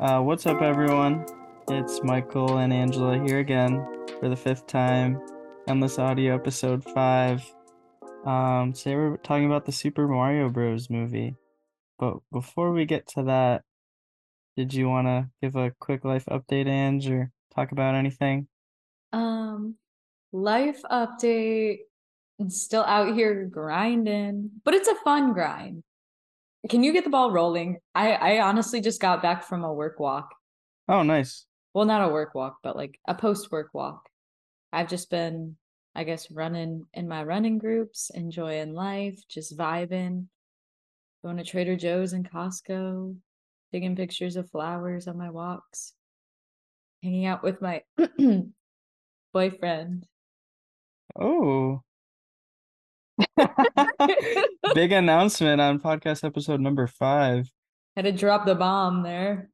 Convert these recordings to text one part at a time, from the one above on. Uh, what's up, everyone? It's Michael and Angela here again for the fifth time on this audio episode five. Um, today we're talking about the Super Mario Bros. movie. But before we get to that, did you want to give a quick life update, Ange, or talk about anything? Um, life update. I'm still out here grinding, but it's a fun grind. Can you get the ball rolling? I I honestly just got back from a work walk. Oh, nice. Well, not a work walk, but like a post work walk. I've just been, I guess, running in my running groups, enjoying life, just vibing, going to Trader Joe's and Costco, taking pictures of flowers on my walks, hanging out with my boyfriend. Oh. Big announcement on podcast episode number five. Had to drop the bomb there.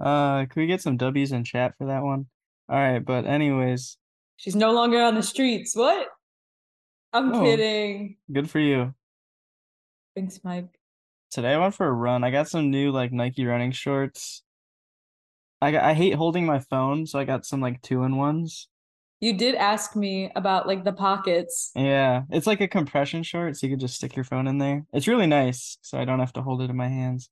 Uh, can we get some W's in chat for that one? All right, but anyways, She's no longer on the streets. What? I'm No. kidding. good for you. Thanks, Mike. Today I went for a run. I got some new like Nike running shorts. I got, I hate holding my phone, so I got some like two in ones. You did ask me about like the pockets. Yeah, it's like a compression short, so you can just stick your phone in there. It's really nice, so I don't have to hold it in my hands.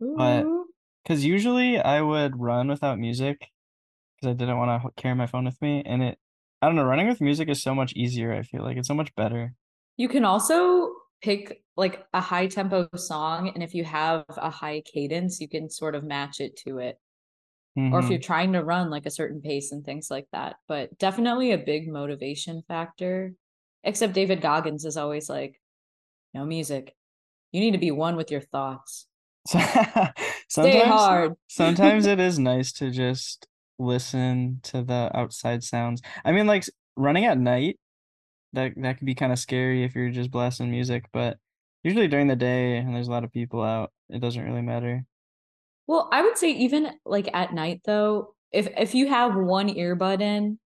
But- Ooh. Because usually I would run without music because I didn't want to carry my phone with me. And it, I don't know, running with music is so much easier. I feel like it's so much better. You can also pick like a high tempo song, and if you have a high cadence, you can sort of match it to it. Or if Mhm. you're trying to run like a certain pace and things like that. But definitely a big motivation factor. Except David Goggins is always like, no music. You need to be one with your thoughts. Stay sometimes, hard. sometimes it is nice to just listen to the outside sounds. I mean, like s- running at night, that that could be kind of scary if you're just blasting music, but usually during the day and there's a lot of people out, it doesn't really matter. Well, I would say even like at night though, if if you have one earbud in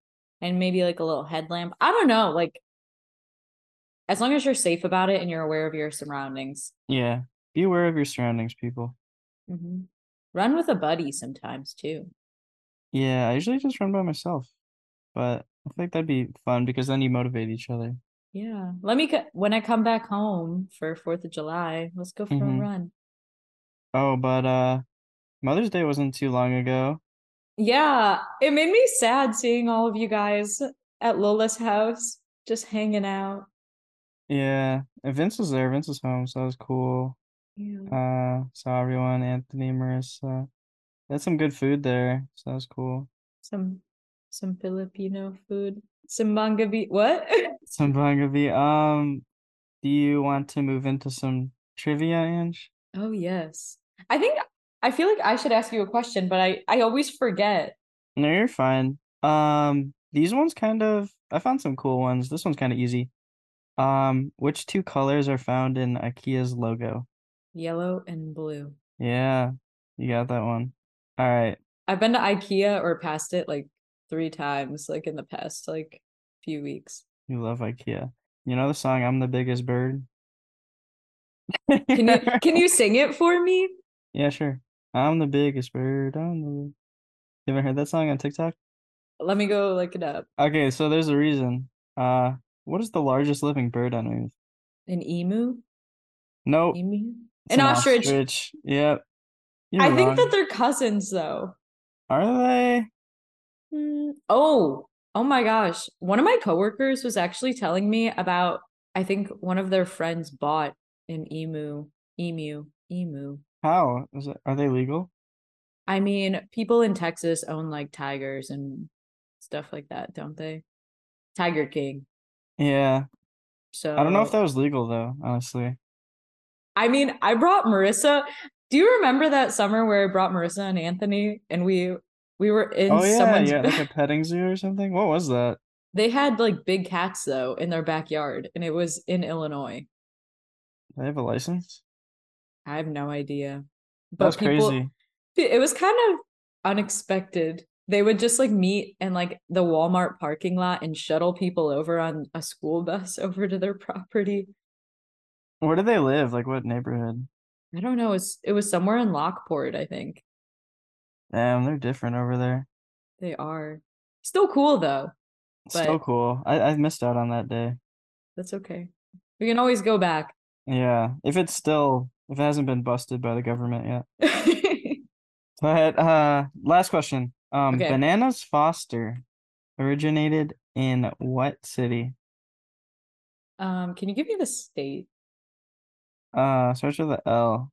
and maybe like a little headlamp, I don't know, like as long as you're safe about it and you're aware of your surroundings. Yeah, be aware of your surroundings, people. Mhm. Run with a buddy sometimes too. Yeah, I usually just run by myself, but I think that'd be fun because then you motivate each other. Yeah. Let me co- when I come back home for 4th of July, let's go for Mhm. a run. Oh, but uh, Mother's Day wasn't too long ago. Yeah, it made me sad seeing all of you guys at Lola's house just hanging out. Yeah, and Vince was there. Vince was home, so that was cool. Yeah. Uh, saw everyone, Anthony, Marissa. They had some good food there, so that was cool. Some some Filipino food. Some manga beat. What? Some Bangavi. Um, do you want to move into some trivia, Ange? Oh, yes. I think I feel like I should ask you a question, but I I always forget. No, you're fine. Um, these ones kind of, I found some cool ones. This one's kind of easy. Um, which two colors are found in IKEA's logo? Yellow and blue. Yeah, you got that one. All right. I've been to IKEA or past it like three times, like in the past like few weeks. You love IKEA. You know the song I'm the Biggest Bird? Can you can you sing it for me? Yeah, sure. I'm the biggest bird. I'm the... big- You ever heard that song on TikTok? Let me go look it up. Okay, so there's a reason. Uh, what is the largest living bird on Earth? An emu? Nope, Emu? it's An ostrich. ostrich. Yep. You're I think wrong. that they're cousins though. Are they? Mm, Oh, oh my gosh. One of my coworkers was actually telling me about, I think one of their friends bought an emu, emu, emu. How? Is it... Are they legal? I mean, people in Texas own like tigers and stuff like that, don't they? Tiger King. Yeah. So I don't know if that was legal though, honestly. I mean, I brought Marissa. Do you remember that summer where I brought Marissa and Anthony and we we were in Oh yeah, someone's yeah, like a petting zoo or something. What was that? they had like big cats though in their backyard and it was in Illinois. Do they have a license? I have no idea. But That's people, crazy. it was kind of unexpected. They would just like meet in like the Walmart parking lot and shuttle people over on a school bus over to their property. Where do they live? Like what neighborhood? I don't know. It's it was somewhere in Lockport, I think. Damn, they're different over there. They are still cool though. so But- cool. I, I missed out on that day. That's okay. We can always go back. Yeah, if it's still if it hasn't been busted by the government yet. But uh last question. Um Okay. Bananas Foster originated in what city? um, can you give me the state? Uh starts with a L,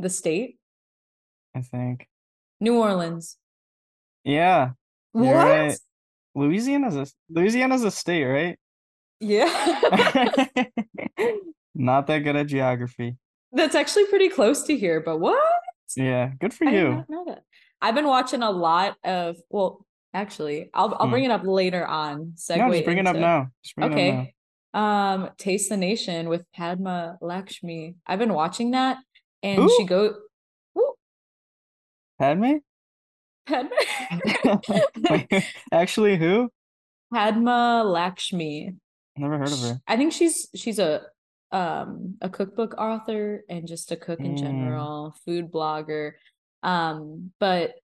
The state? I think. New Orleans. Yeah. You're What? right. Louisiana's a Louisiana's a state, right? Yeah. Not that good at geography. That's actually pretty close to here, but what? Yeah, good for I did you. not know that. I've been watching a lot of well, actually, I'll I'll Hmm. bring it up later on. No, segue just bring it up into- now. Just bring it up now. Okay. Um, Taste the Nation with Padma Lakshmi. I've been watching that and Who? she go Woo, Padme? Padma Wait, Actually, who? Padma Lakshmi. Never heard of her. I think she's she's a um a cookbook author and just a cook in Mm. general, food blogger. Um, but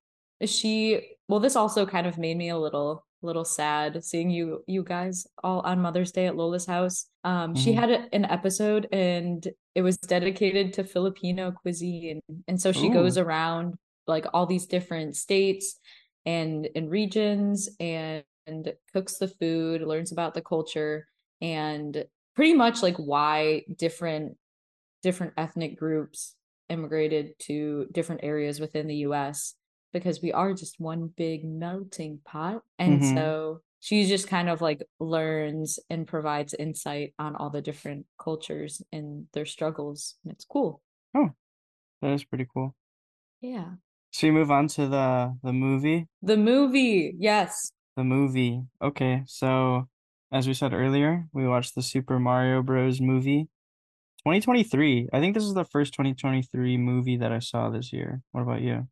she well, this also kind of made me a little little sad seeing you you guys all on Mother's Day at Lola's house. Um, she Mhm. had a, an episode and it was dedicated to Filipino cuisine, and so she goes Ooh. around like all these different states and and regions and, and cooks the food, learns about the culture and pretty much like why different different ethnic groups immigrated to different areas within the US because we are just one big melting pot and Mhm. so she just kind of like learns and provides insight on all the different cultures and their struggles and it's cool That is pretty cool. yeah So we move on to the the movie. the movie yes The movie. Okay, so as we said earlier, we watched the Super Mario Bros. movie. 2023. I think this is the first 2023 movie that I saw this year. What about you?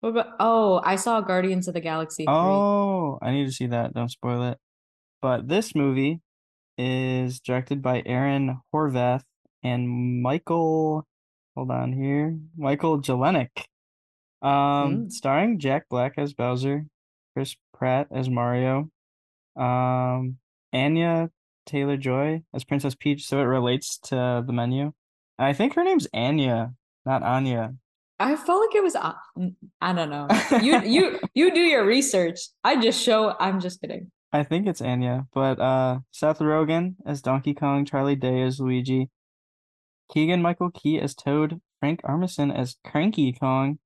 what about oh I saw Guardians of the Galaxy 3 Oh, I need to see that. Don't spoil it. But this movie is directed by Aaron Horvath and Michael. Hold on here. Michael Jelenic. Um, Mm. starring Jack Black as Bowser, Chris Pratt as Mario, um, Anya Taylor Joy as Princess Peach. So it relates to the menu. I think her name's Anya, not Anya. I felt like it was uh, mm, I don't know. You you you do your research. I just show I'm just kidding. I think it's Anya, but uh, Seth Rogen as Donkey Kong, Charlie Day as Luigi, Keegan Michael Key as Toad, Frank Armisen as Cranky Kong,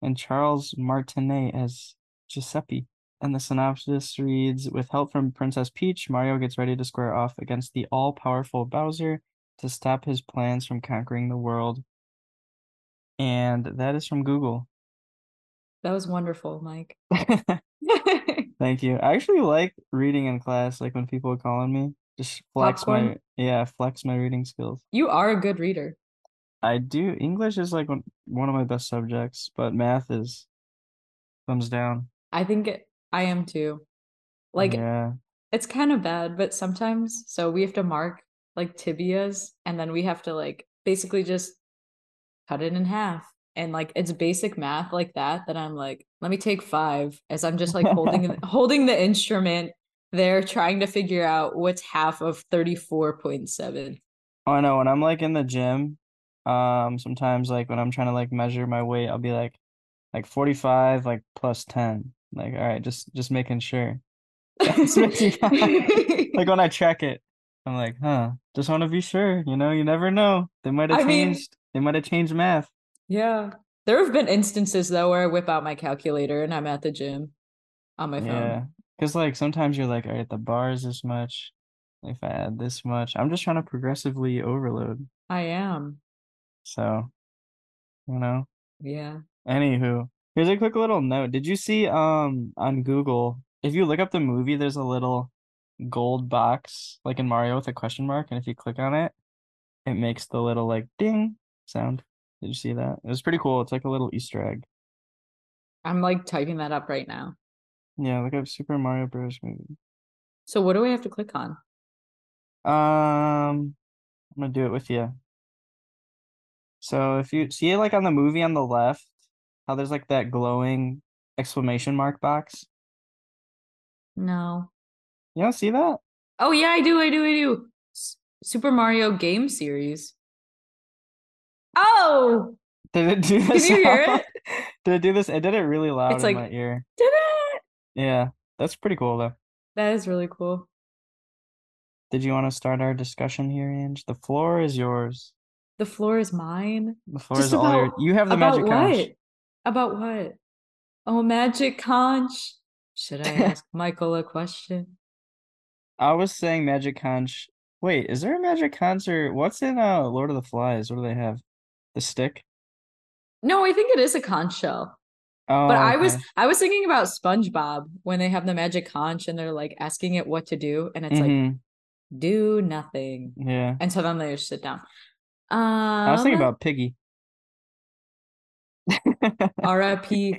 and Charles Martinet as Giuseppe. And the synopsis reads With help from Princess Peach, Mario gets ready to square off against the all powerful Bowser to stop his plans from conquering the world. And that is from Google. That was wonderful, Mike. Thank you. I actually like reading in class, like when people are calling me, just flex Popcorn? my yeah, flex my reading skills. you are a good reader. I do English is like one, one of my best subjects, but math is thumbs down. I think it, I am too. Like yeah, it's kind of bad, but sometimes so we have to mark like tibias and then we have to like basically just cut it in half. And like it's basic math like that that I'm like, let me take five as I'm just like holding holding the instrument there trying to figure out what's half of 34.7. oh no, when I'm like in the gym, um, sometimes like when I'm trying to like measure my weight, I'll be like, like 45, like plus 10. Like, all right, just just making sure. It's making- Like when I check it, I'm like, huh, just want to be sure. You know, you never know. They might have I mean- changed. They might have changed math. Yeah. There have been instances though where I whip out my calculator and I'm at the gym on my phone. Yeah, because like sometimes you're like, all right, the bar is this much. If I add this much, I'm just trying to progressively overload. I am. So, you know. Yeah. Anywho, here's a quick little note. Did you see um on Google if you look up the movie, there's a little gold box like in Mario with a question mark, and if you click on it, it makes the little like ding sound. Did you see that? It was pretty cool. It's like a little Easter egg. I'm like typing that up right now. Yeah, look up Super Mario Bros. movie. So what do I have to click on? Um, I'm gonna do it with you. So if you see it like on the movie on the left, How there's like that glowing exclamation mark box. No. You don't see that? Oh yeah, I do. I do. I do. S- Super Mario game series. Oh, Did it do did this? you hear loud? it? Did it do this? It did it really loud It's in like- my ear. Did it? Yeah, that's pretty cool though. That is really cool. Did you want to start our discussion here, Ange? The floor is yours. The floor is mine. The floor Just is all your. about- You have the About magic what? conch. About what? Oh, magic conch. Should I ask Michael a question? I was saying magic conch. Wait, is there a magic concert? What's in uh Lord of the Flies? What do they have? The stick? No, I think it is a conch shell. Oh, But I was okay. I was thinking about SpongeBob when they have the magic conch and they're like asking it what to do and it's like Mhm, do nothing. yeah. And so then they just sit down. Um I was thinking about Piggy. RIP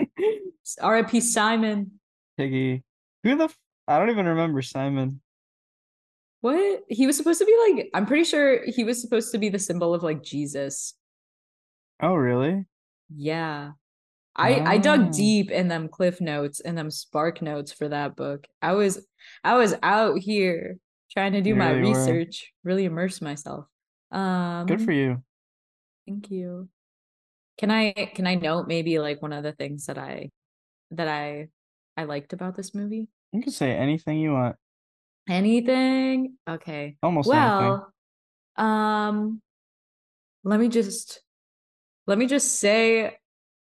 RIP Simon. Piggy. Who the f- I don't even remember Simon. What? He was supposed to be like I'm pretty sure he was supposed to be the symbol of like Jesus. Oh, really? Yeah. I I dug Oh. deep in them cliff notes and them spark notes for that book. I was I was out here trying to do You my really were. research, really immerse myself. Um Good for you. thank you. Can I can I note maybe like one of the things that I that I I liked about this movie? You can say anything you want. Anything? Okay. Almost anything. Well, um let me just let me just say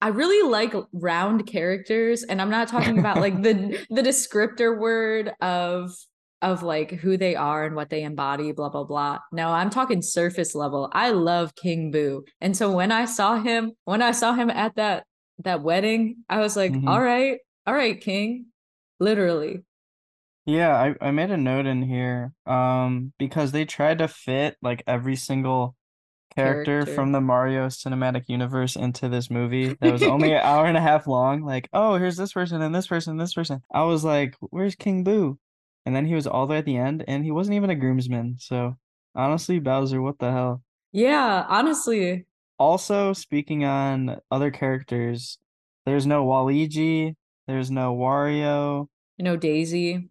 I really like round characters and I'm not talking about like the the descriptor word of of like who they are and what they embody blah blah blah. No, I'm talking surface level. I love King Boo. And so when I saw him, when I saw him at that that wedding, I was like, Mhm. "All right. All right, King." Literally. Yeah, I, I made a note in here um because they tried to fit like every single character Character. from the Mario Cinematic Universe into this movie that was only an hour and a half long. Like, oh, here's this person and this person and this person. I was like, where's King Boo? And then he was all the way at the end and he wasn't even a groomsman. So honestly, Bowser, what the hell? Yeah, honestly. Also, speaking on other characters, there's no Waluigi, there's no Wario. You know, Daisy.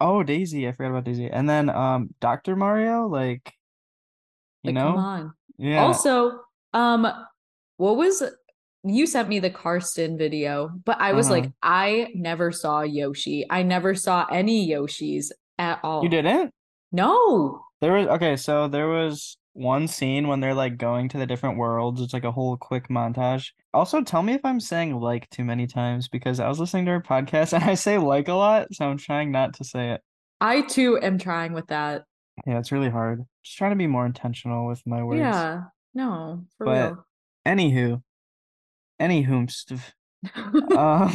Oh, Daisy, I forgot about Daisy. And then um Dr. Mario, like you Like know? come on. Yeah. Also, um, what was you sent me the Karsten video, but I was Uh-huh. like, I never saw Yoshi. I never saw any Yoshis at all. You didn't? No. There was okay, so there was one scene when they're like going to the different worlds. It's like a whole quick montage. Also, tell me if I'm saying like too many times because I was listening to her podcast and I say like a lot, so I'm trying not to say it. I too am trying with that. Yeah, it's really hard. Just trying to be more intentional with my words. Yeah. No, for But- real. Anywho. Anywhoomst. um,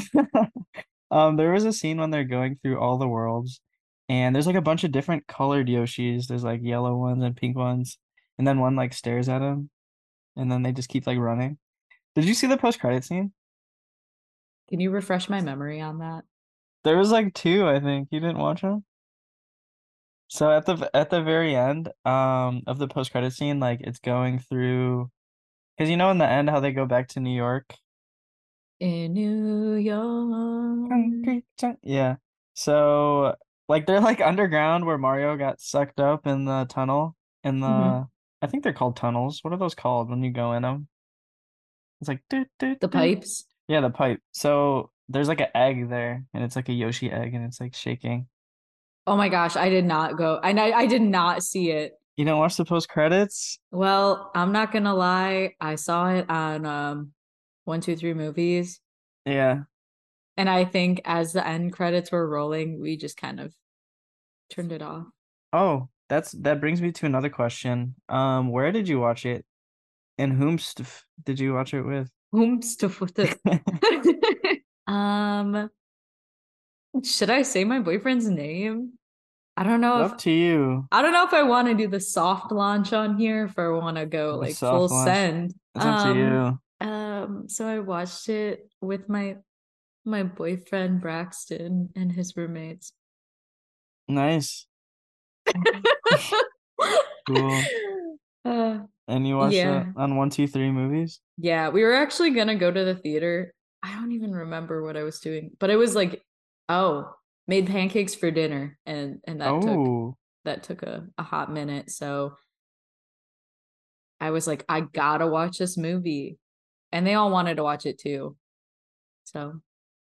um, there was a scene when they're going through all the worlds, and there's like a bunch of different colored Yoshis. There's like yellow ones and pink ones, and then one like stares at him, and then they just keep like running. Did you see the post credit scene? Can you refresh my memory on that? There was like two, I think. You didn't watch them? So at the v- at the very end, um, of the post credit scene, like it's going through, because you know in the end how they go back to New York In New Mm, York. Concrete jungle- Mm-hmm. Yeah. So like they're like underground where Mario got sucked up in the tunnel in the Mhm. I think they're called tunnels. What are those called when you go in them? It's like doot, doot, The doot. pipes. Yeah, the pipe. So there's like an egg there and it's like a Yoshi egg and it's like shaking. Oh my gosh, I did not go. And I, I did not see it. You don't watch the post credits? Well, I'm not gonna lie. I saw it on um one, two, three movies. Yeah. And I think as the end credits were rolling, we just kind of turned it off. Oh, that's that brings me to another question. Um, where did you watch it? And whom did you watch it with? Whom stuff with it. um should I say my boyfriend's name? I don't know if Up to you. I don't know if I want to do the soft launch on here if I want to go The like full soft launch. send. It's up to Um, you. Um, so I watched it with my my boyfriend Braxton and his roommates. Nice. Cool. Uh, And you watched Yeah. it on one, two, three movies? Yeah, we were actually gonna go to the theater. I don't even remember what I was doing, but it was like, oh, made pancakes for dinner, and and that took oh, that took a, a hot minute. So I was like, I gotta watch this movie, and they all wanted to watch it too. So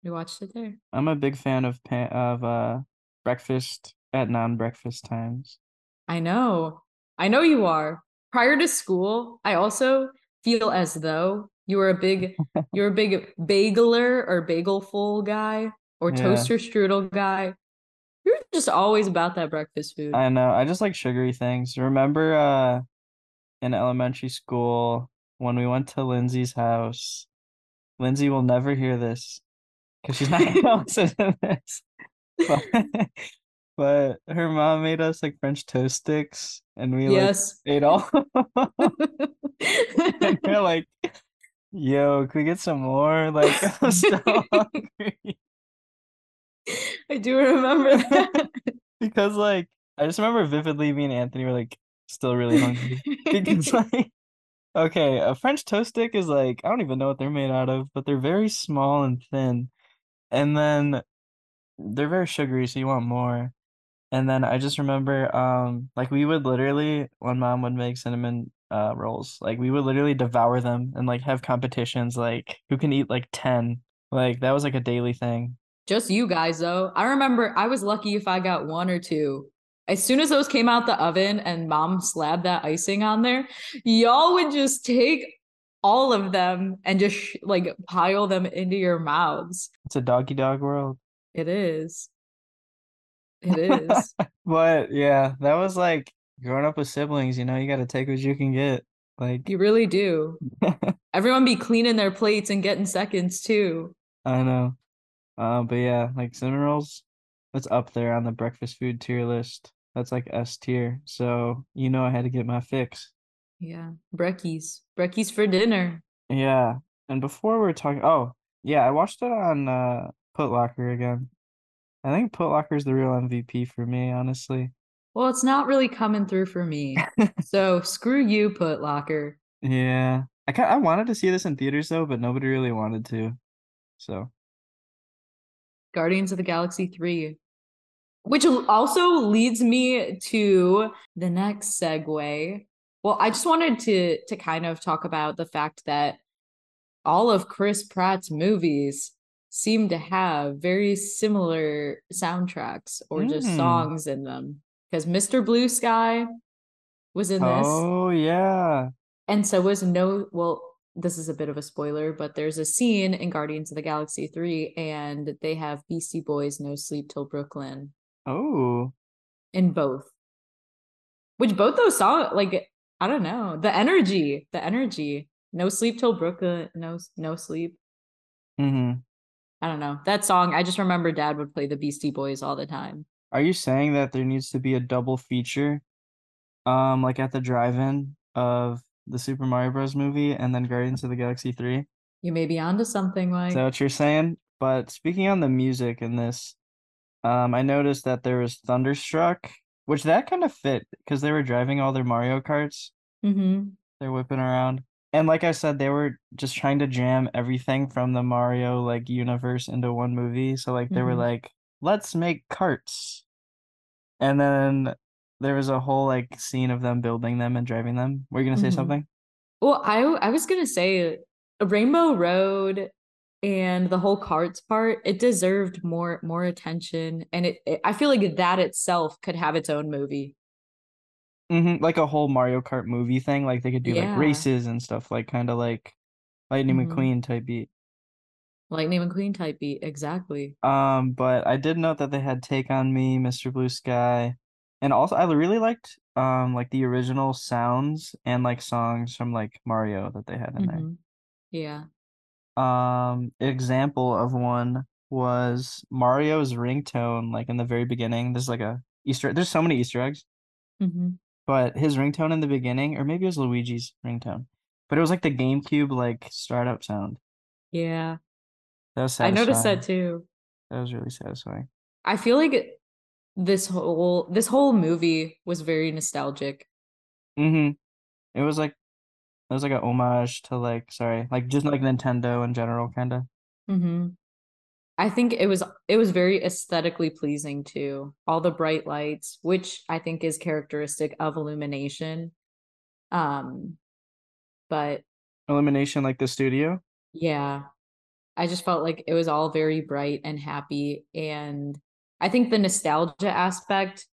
we watched it there. I'm a big fan of pan- of uh breakfast at non-breakfast times. I know. I know you are. Prior to school, I also feel as though you were a big you're a big bageler or bagelful guy or Yeah. toaster strudel guy. You're just always about that breakfast food. I know. I just like sugary things. Remember uh in elementary school when we went to Lindsay's house. Lindsay will never hear this because she's not gonna listen to this. But, but her mom made us like French toast sticks and we like yes. ate all of 'em. and they're like, "Yo, can we get some more?" Like, I'm so hungry I do remember that. because, like, I just remember vividly me and Anthony were like still really hungry because, like, okay, a French toast stick is like I don't even know what they're made out of, but they're very small and thin, and then they're very sugary, so you want more. And then I just remember, um, like we would literally when mom would make cinnamon uh rolls, like we would literally devour them and like have competitions, like who can eat like ten. Like that was like a daily thing. Just you guys, though. I remember I was lucky if I got one or two. As soon as those came out the oven and mom slabbed that icing on there, y'all would just take all of them and just sh- like pile them into your mouths. It's a doggy dog world. It is. It is. But yeah, that was like growing up with siblings, you know, you gotta take what you can get. Like you really do. Everyone be cleaning their plates and getting seconds too. I know. Uh, but yeah, like cinnamon rolls, that's up there on the breakfast food tier list. That's like S tier. So you know I had to get my fix. Yeah. Breckies. Breckies for dinner. Yeah. And before we are talking, oh, yeah, I watched it on uh Put Locker again. I think Put Locker's the real MVP for me, honestly. Well, it's not really coming through for me. so screw you, Put Locker. Yeah. I kind I wanted to see this in theaters though, but nobody really wanted to. So, Guardians of the Galaxy 3. Which al- also leads me to the next segue. Well, I just wanted to to kind of talk about the fact that all of Chris Pratt's movies seem to have very similar soundtracks or just Mm. songs in them. Because Mr. Blue Sky was in this. oh yeah. And so was no, well, this is a bit of a spoiler, but there's a scene in Guardians of the Galaxy 3 and they have Beastie Boys No Sleep Till Brooklyn Oh, in both. Which both those songs, like, I don't know, the energy, the energy. No Sleep Till Brooklyn, no no sleep. mm-hmm. I don't know. That song, I just remember dad would play the Beastie Boys all the time. Are you saying that there needs to be a double feature, um, like at the drive-in of the Super Mario Bros. movie and then Guardians of the Galaxy 3? Is You may be onto something like that what you're saying? But speaking on the music in this, um, I noticed that there was Thunderstruck, which that kind of fit because they were driving all their Mario Karts. hmm They're whipping around. And like I said, they were just trying to jam everything from the Mario like universe into one movie. So like they were Mhm. like, let's make carts. And then there was a whole like scene of them building them and driving them. Were you gonna say Mhm. something? Well, I I was gonna say uh, Rainbow Road and the whole carts part, it deserved more more attention, and it, it- I feel like that itself could have its own movie. hmm Like a whole Mario Kart movie thing. Like they could do Yeah. like races and stuff, like kind of like Lightning Mhm. McQueen type beat. Lightning McQueen type beat, exactly. Um, but I did note that they had Take on Me, Mr. Blue Sky, and also I really liked um like the original sounds and like songs from like Mario that they had in Mhm. Yeah. there. Mm-hmm. Um, example of one was Mario's ringtone, like in the very beginning. There's like a Easter. There's so many Easter eggs, hmm but his ringtone in the beginning, or maybe it was Luigi's ringtone, but it was like the GameCube like startup sound. Yeah. That was I noticed satisfying. that too. That was really satisfying. I feel like it- this whole this whole movie was very nostalgic. Mm-hmm. It was like it was like a homage to like sorry, like just like Nintendo in general kinda. hmm I think it was it was very aesthetically pleasing too. All the bright lights, which I think is characteristic of illumination. Um, but Elimination like the studio. yeah, I just felt like it was all very bright and happy. And I think the nostalgia aspect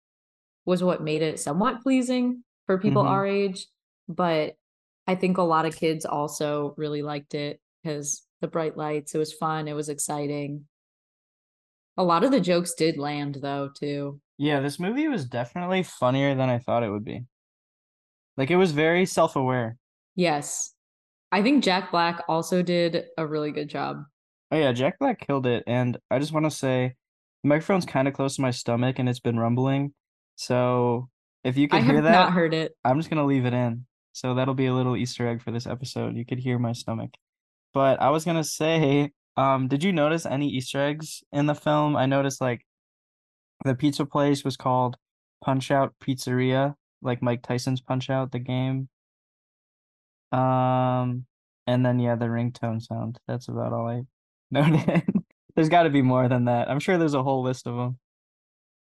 was what made it somewhat pleasing for people Mhm. our age. But I think a lot of kids also really liked it because the bright lights, it was fun, it was exciting. A lot of the jokes did land though, too. Yeah, this movie was definitely funnier than I thought it would be. Like it was very self aware. Yes. I think Jack Black also did a really good job. Oh yeah, Jack Black killed it, and I just want to say, the microphone's kind of close to my stomach, and it's been rumbling. So if you I can have hear not that, heard it. I'm just gonna leave it in. So that'll be a little Easter egg for this episode. You could hear my stomach. But I was gonna say, um, did you notice any Easter eggs in the film? I noticed like the pizza place was called Punch Out Pizzeria, like Mike Tyson's Punch Out, the game. Um, and then yeah, the ringtone sound. That's about all I noted. there's got to be more than that. I'm sure there's a whole list of them.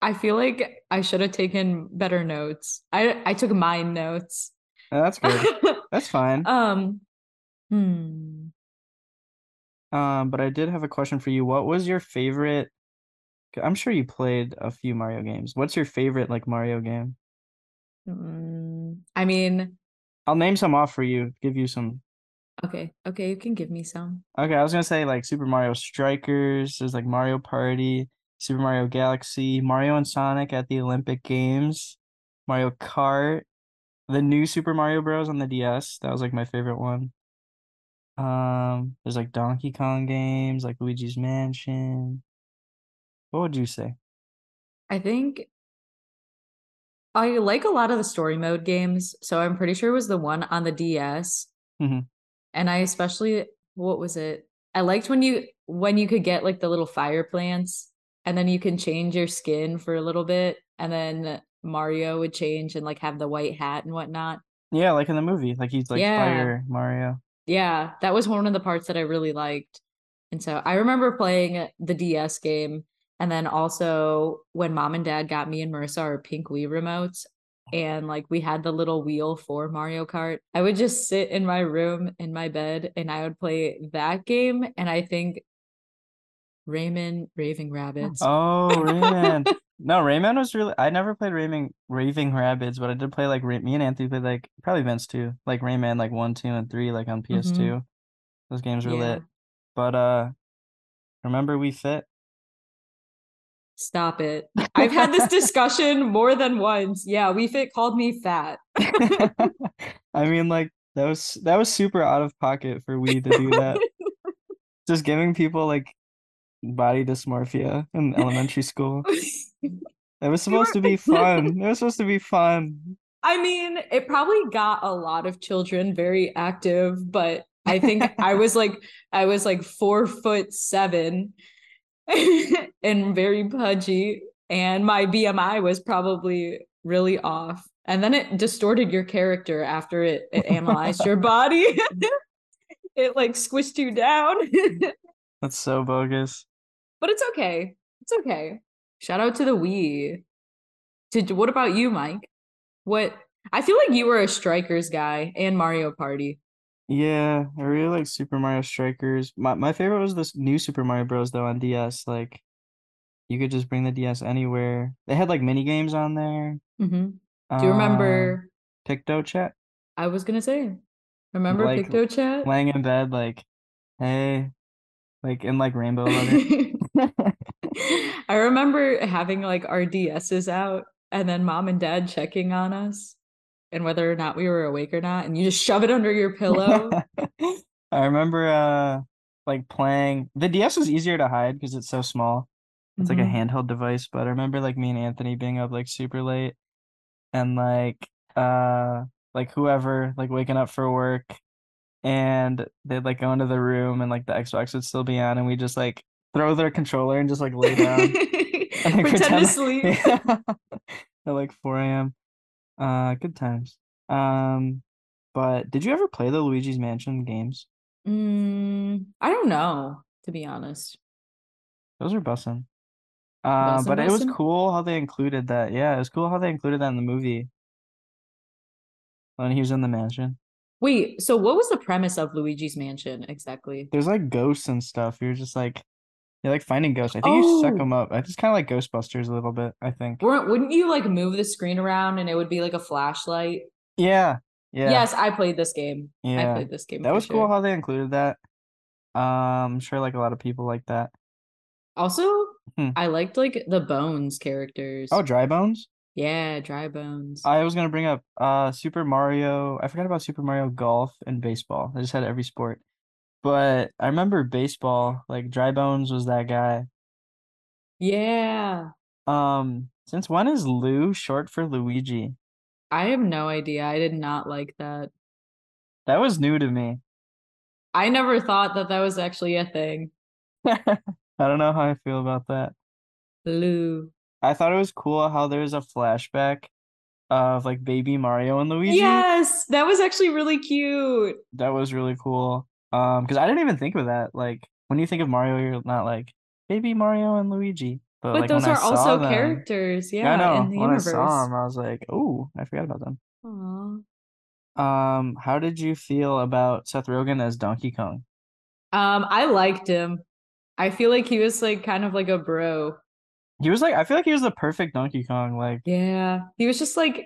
I feel like I should have taken better notes. I I took mine notes. that's good. that's fine. um hmm. Um, but I did have a question for you. What was your favorite? 'Kay, I'm sure you played a few Mario games. What's your favorite like Mario game? Mm, I mean, I'll name some off for you. Give you some. okay, okay, you can give me some. Okay, I was gonna say like Super Mario Strikers. There's like Mario Party, Super Mario Galaxy, Mario and Sonic at the Olympic Games, Mario Kart, the new Super Mario Bros. on the DS. That was like my favorite one. Um, there's like Donkey Kong games, like Luigi's Mansion. What would you say? I think I like a lot of the story mode games, so I'm pretty sure it was the one on the DS. Mhm. And I especially, what was it? I liked when you when you could get like the little fire plants, and then you can change your skin for a little bit, and then Mario would change and like have the white hat and whatnot. Yeah, like in the movie, like he's like Yeah. Fire Mario. Yeah, that was one of the parts that I really liked. And so I remember playing the DS game. And then also when mom and dad got me and Marissa our pink Wii remotes, and like we had the little wheel for Mario Kart, I would just sit in my room in my bed and I would play that game. And I think Raymond Raving Rabbits. Oh, Rayman. No, Rayman was really. I never played Rayman Raving Rabbids, but I did play like Ray, me and Anthony played like probably Vince too, like Rayman like one, two, and three, like on PS2. Those games were Mm-hmm. Yeah. lit. But uh, remember We Fit? Stop it. I've had this discussion more than once. Yeah, We Fit called me fat. I mean, like that was that was super out of pocket for we to do that. Just giving people like body dysmorphia in elementary school. It was We were- supposed to be fun. It was supposed to be fun. I mean, it probably got a lot of children very active, but I think I was like I was like four foot seven and very pudgy, and my BMI was probably really off. And then it distorted your character after it, it analyzed your body. it like squished you down. That's so bogus. but it's okay. It's okay. Shout out to the Wii. Did what about you, Mike? What I feel like you were a strikers guy and Mario Party. Yeah, I really like Super Mario Strikers. My my favorite was this new Super Mario Bros. though on DS. Like, you could just bring the DS anywhere. They had like mini games on there. Mm-hmm. Do you Um, remember? Picto Chat? I was gonna say, remember Like, Picto Chat? Laying in bed, like, hey, like in like Rainbow Letter. I remember having like our DSs out and then mom and dad checking on us and whether or not we were awake or not, and you just shove it under your pillow. I remember uh like playing the DS was easier to hide because it's so small. It's like a Mhm. handheld device, but I remember like me and Anthony being up like super late and like uh like whoever like waking up for work and they'd like go into the room and like the Xbox would still be on and we just like throw their controller and just like lay down. pretend, pretend- to sleep. Yeah. at like 4 a.m. Uh, good times. Um, But did you ever play the Luigi's Mansion games? Mm, I don't know, to be honest. Those are bussin'. Uh, Bussin', but it was bussin'? cool how they included that. Yeah, it was cool how they included that in the movie. When he was in the mansion, Wait, so what was the premise of Luigi's Mansion exactly? there's like ghosts and stuff. You're just like, you're like finding ghosts. I think you suck Oh. them up. I just kind of like Ghostbusters a little bit. I think. Weren't, wouldn't you like move the screen around and it would be like a flashlight? Yeah, yeah, Yes, I played this game. I yeah. played this game. that for was cool sure. how they included that. Um, I'm sure like a lot of people like that. Also, Hmm. I liked like the Bones characters. Oh, Dry Bones. yeah, Dry Bones. I was gonna bring up uh Super Mario. I forgot about Super Mario Golf and baseball. I just had every sport. But I remember baseball, like Dry Bones was that guy. yeah, Um, since when is Lou short for Luigi? I have no idea. I did not like that. That was new to me. I never thought that that was actually a thing. I don't know how I feel about that. Lou. I thought it was cool how there's a flashback of like baby Mario and Luigi. Yes, that was actually really cute. That was really cool. Um, because I didn't even think of that. Like when you think of Mario, you're not like baby Mario and Luigi. But, But like those when are I saw also them- characters, yeah, Yeah, I know. in the when universe. I saw them, I was like, "Oh, I forgot about them." Aw. Um, how did you feel about Seth Rogen as Donkey Kong? Um, I liked him. I feel like he was like kind of like a bro. He was like, I feel like he was the perfect Donkey Kong. Like, Yeah. He was just like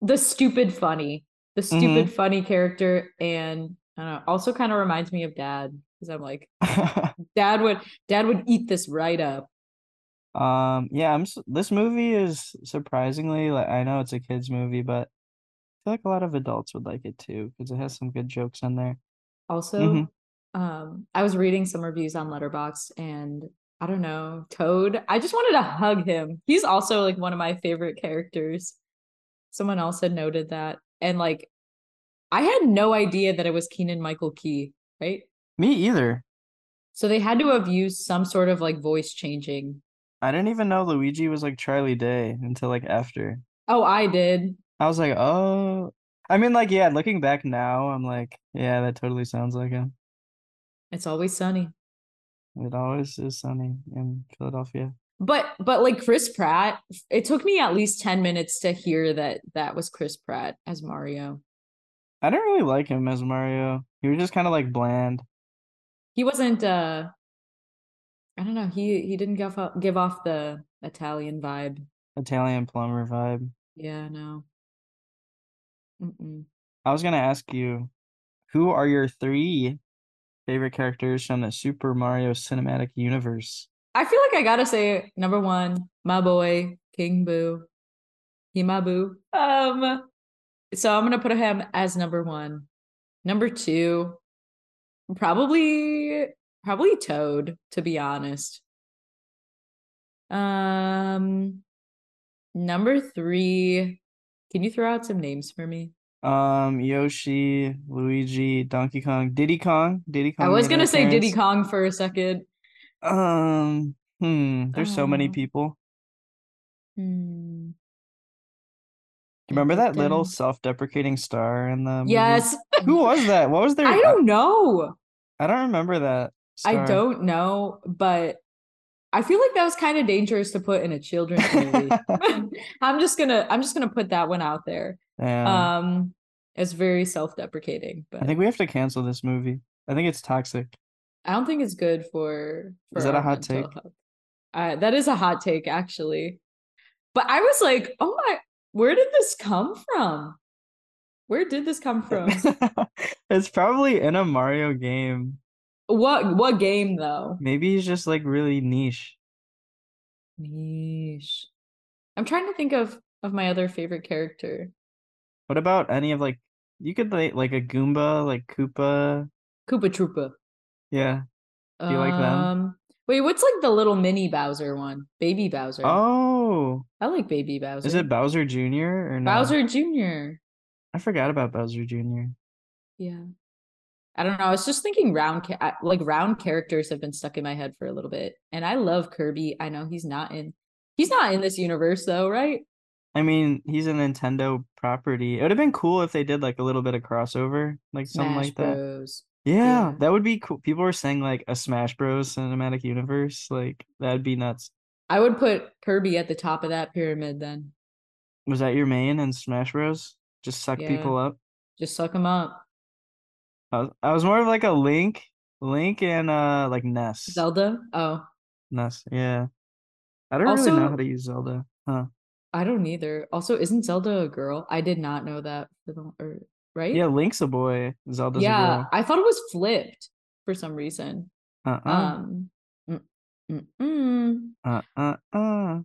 the stupid funny, the Mm-hmm. stupid funny character. And I don't know, also kind of reminds me of dad because I'm like, dad would, dad would eat this right up. um, yeah, I'm. s- This movie is surprisingly like I know it's a kids movie, but I feel like a lot of adults would like it too because it has some good jokes in there. Also, Mhm. um, I was reading some reviews on Letterbox and I don't know, Toad. I just wanted to hug him. He's also like one of my favorite characters. Someone else had noted that. And like I had no idea that it was Keenan Michael Key, right? Me either. So they had to have used some sort of like voice changing. I didn't even know Luigi was like Charlie Day until like after. Oh, I did. I was like, oh. I mean, like, yeah, looking back now, I'm like, yeah, that totally sounds like him. It's always sunny. It always is sunny in Philadelphia. But but like Chris Pratt, it took me at least 10 minutes to hear that that was Chris Pratt as Mario. I didn't really like him as Mario. He was just kind of like bland. He wasn't uh I don't know, he he didn't give off give off the Italian vibe. Italian plumber vibe. Yeah, no. Mm-mm. I was gonna ask you, who are your three favorite characters from the Super Mario Cinematic Universe? I feel like I gotta say number one, my boy King Boo, he my boo. Um, so I'm gonna put him as number one. Number two, probably probably Toad, to be honest. Um, number three, can you throw out some names for me? Um, Yoshi, Luigi, Donkey Kong, Diddy Kong, Diddy Kong. I was made an gonna say Diddy appearance. Kong for a second. Um, hmm, there's so many Oh. people. Hmm. Do you remember Dun, dun, that little dun. self-deprecating star in the movie? Yes. Who was that? What was their? I don't know. I don't remember that I star. don't know, but I feel like that was kind of dangerous to put in a children's movie. I'm just gonna I'm just gonna put that one out there. Yeah. Um it's very self-deprecating, but Uh. I think we have to cancel this movie. I think it's toxic. I don't think it's good for for Is that a our hot mental take? health. Uh, that is a hot take actually. But I was like, "Oh my, where did this come from? Where did this come from? it's probably in a Mario game. what what game though?" Maybe he's just like really niche. Niche. I'm trying to think of of my other favorite character. What about any of like you could like like a Goomba, like Koopa? Koopa Troopa. Yeah. Do you like them? Wait, what's like the little mini Bowser one? Baby Bowser. Oh, I like Baby Bowser. is it Bowser Jr. or no? Bowser Jr.? I forgot about Bowser Jr. Yeah. I don't know. I was just thinking round, ca- I- like round characters have been stuck in my head for a little bit, and I love Kirby. I know he's not in, he's not in this universe though, right? I mean, he's a Nintendo property. It would have been cool if they did like a little bit of crossover, like something Smash like that. Bros. Yeah, Yeah. that would be cool. People were saying like a Smash Bros. cinematic universe. Like that'd be nuts. I would put Kirby at the top of that pyramid then. Was that your main in Smash Bros? Just suck Yeah. people up. Just suck him up. I was, I was more of like a Link, Link and uh like Ness. Zelda? Oh, Ness, yeah. I don't really know Also- how to use Zelda. I don't either. Also, isn't Zelda a girl? I did not know that for the or, right? Yeah, Link's a boy. Zelda's yeah. a I thought it was flipped for some reason. girl. Uh Um, mm, mm, mm. uh uh uh uh.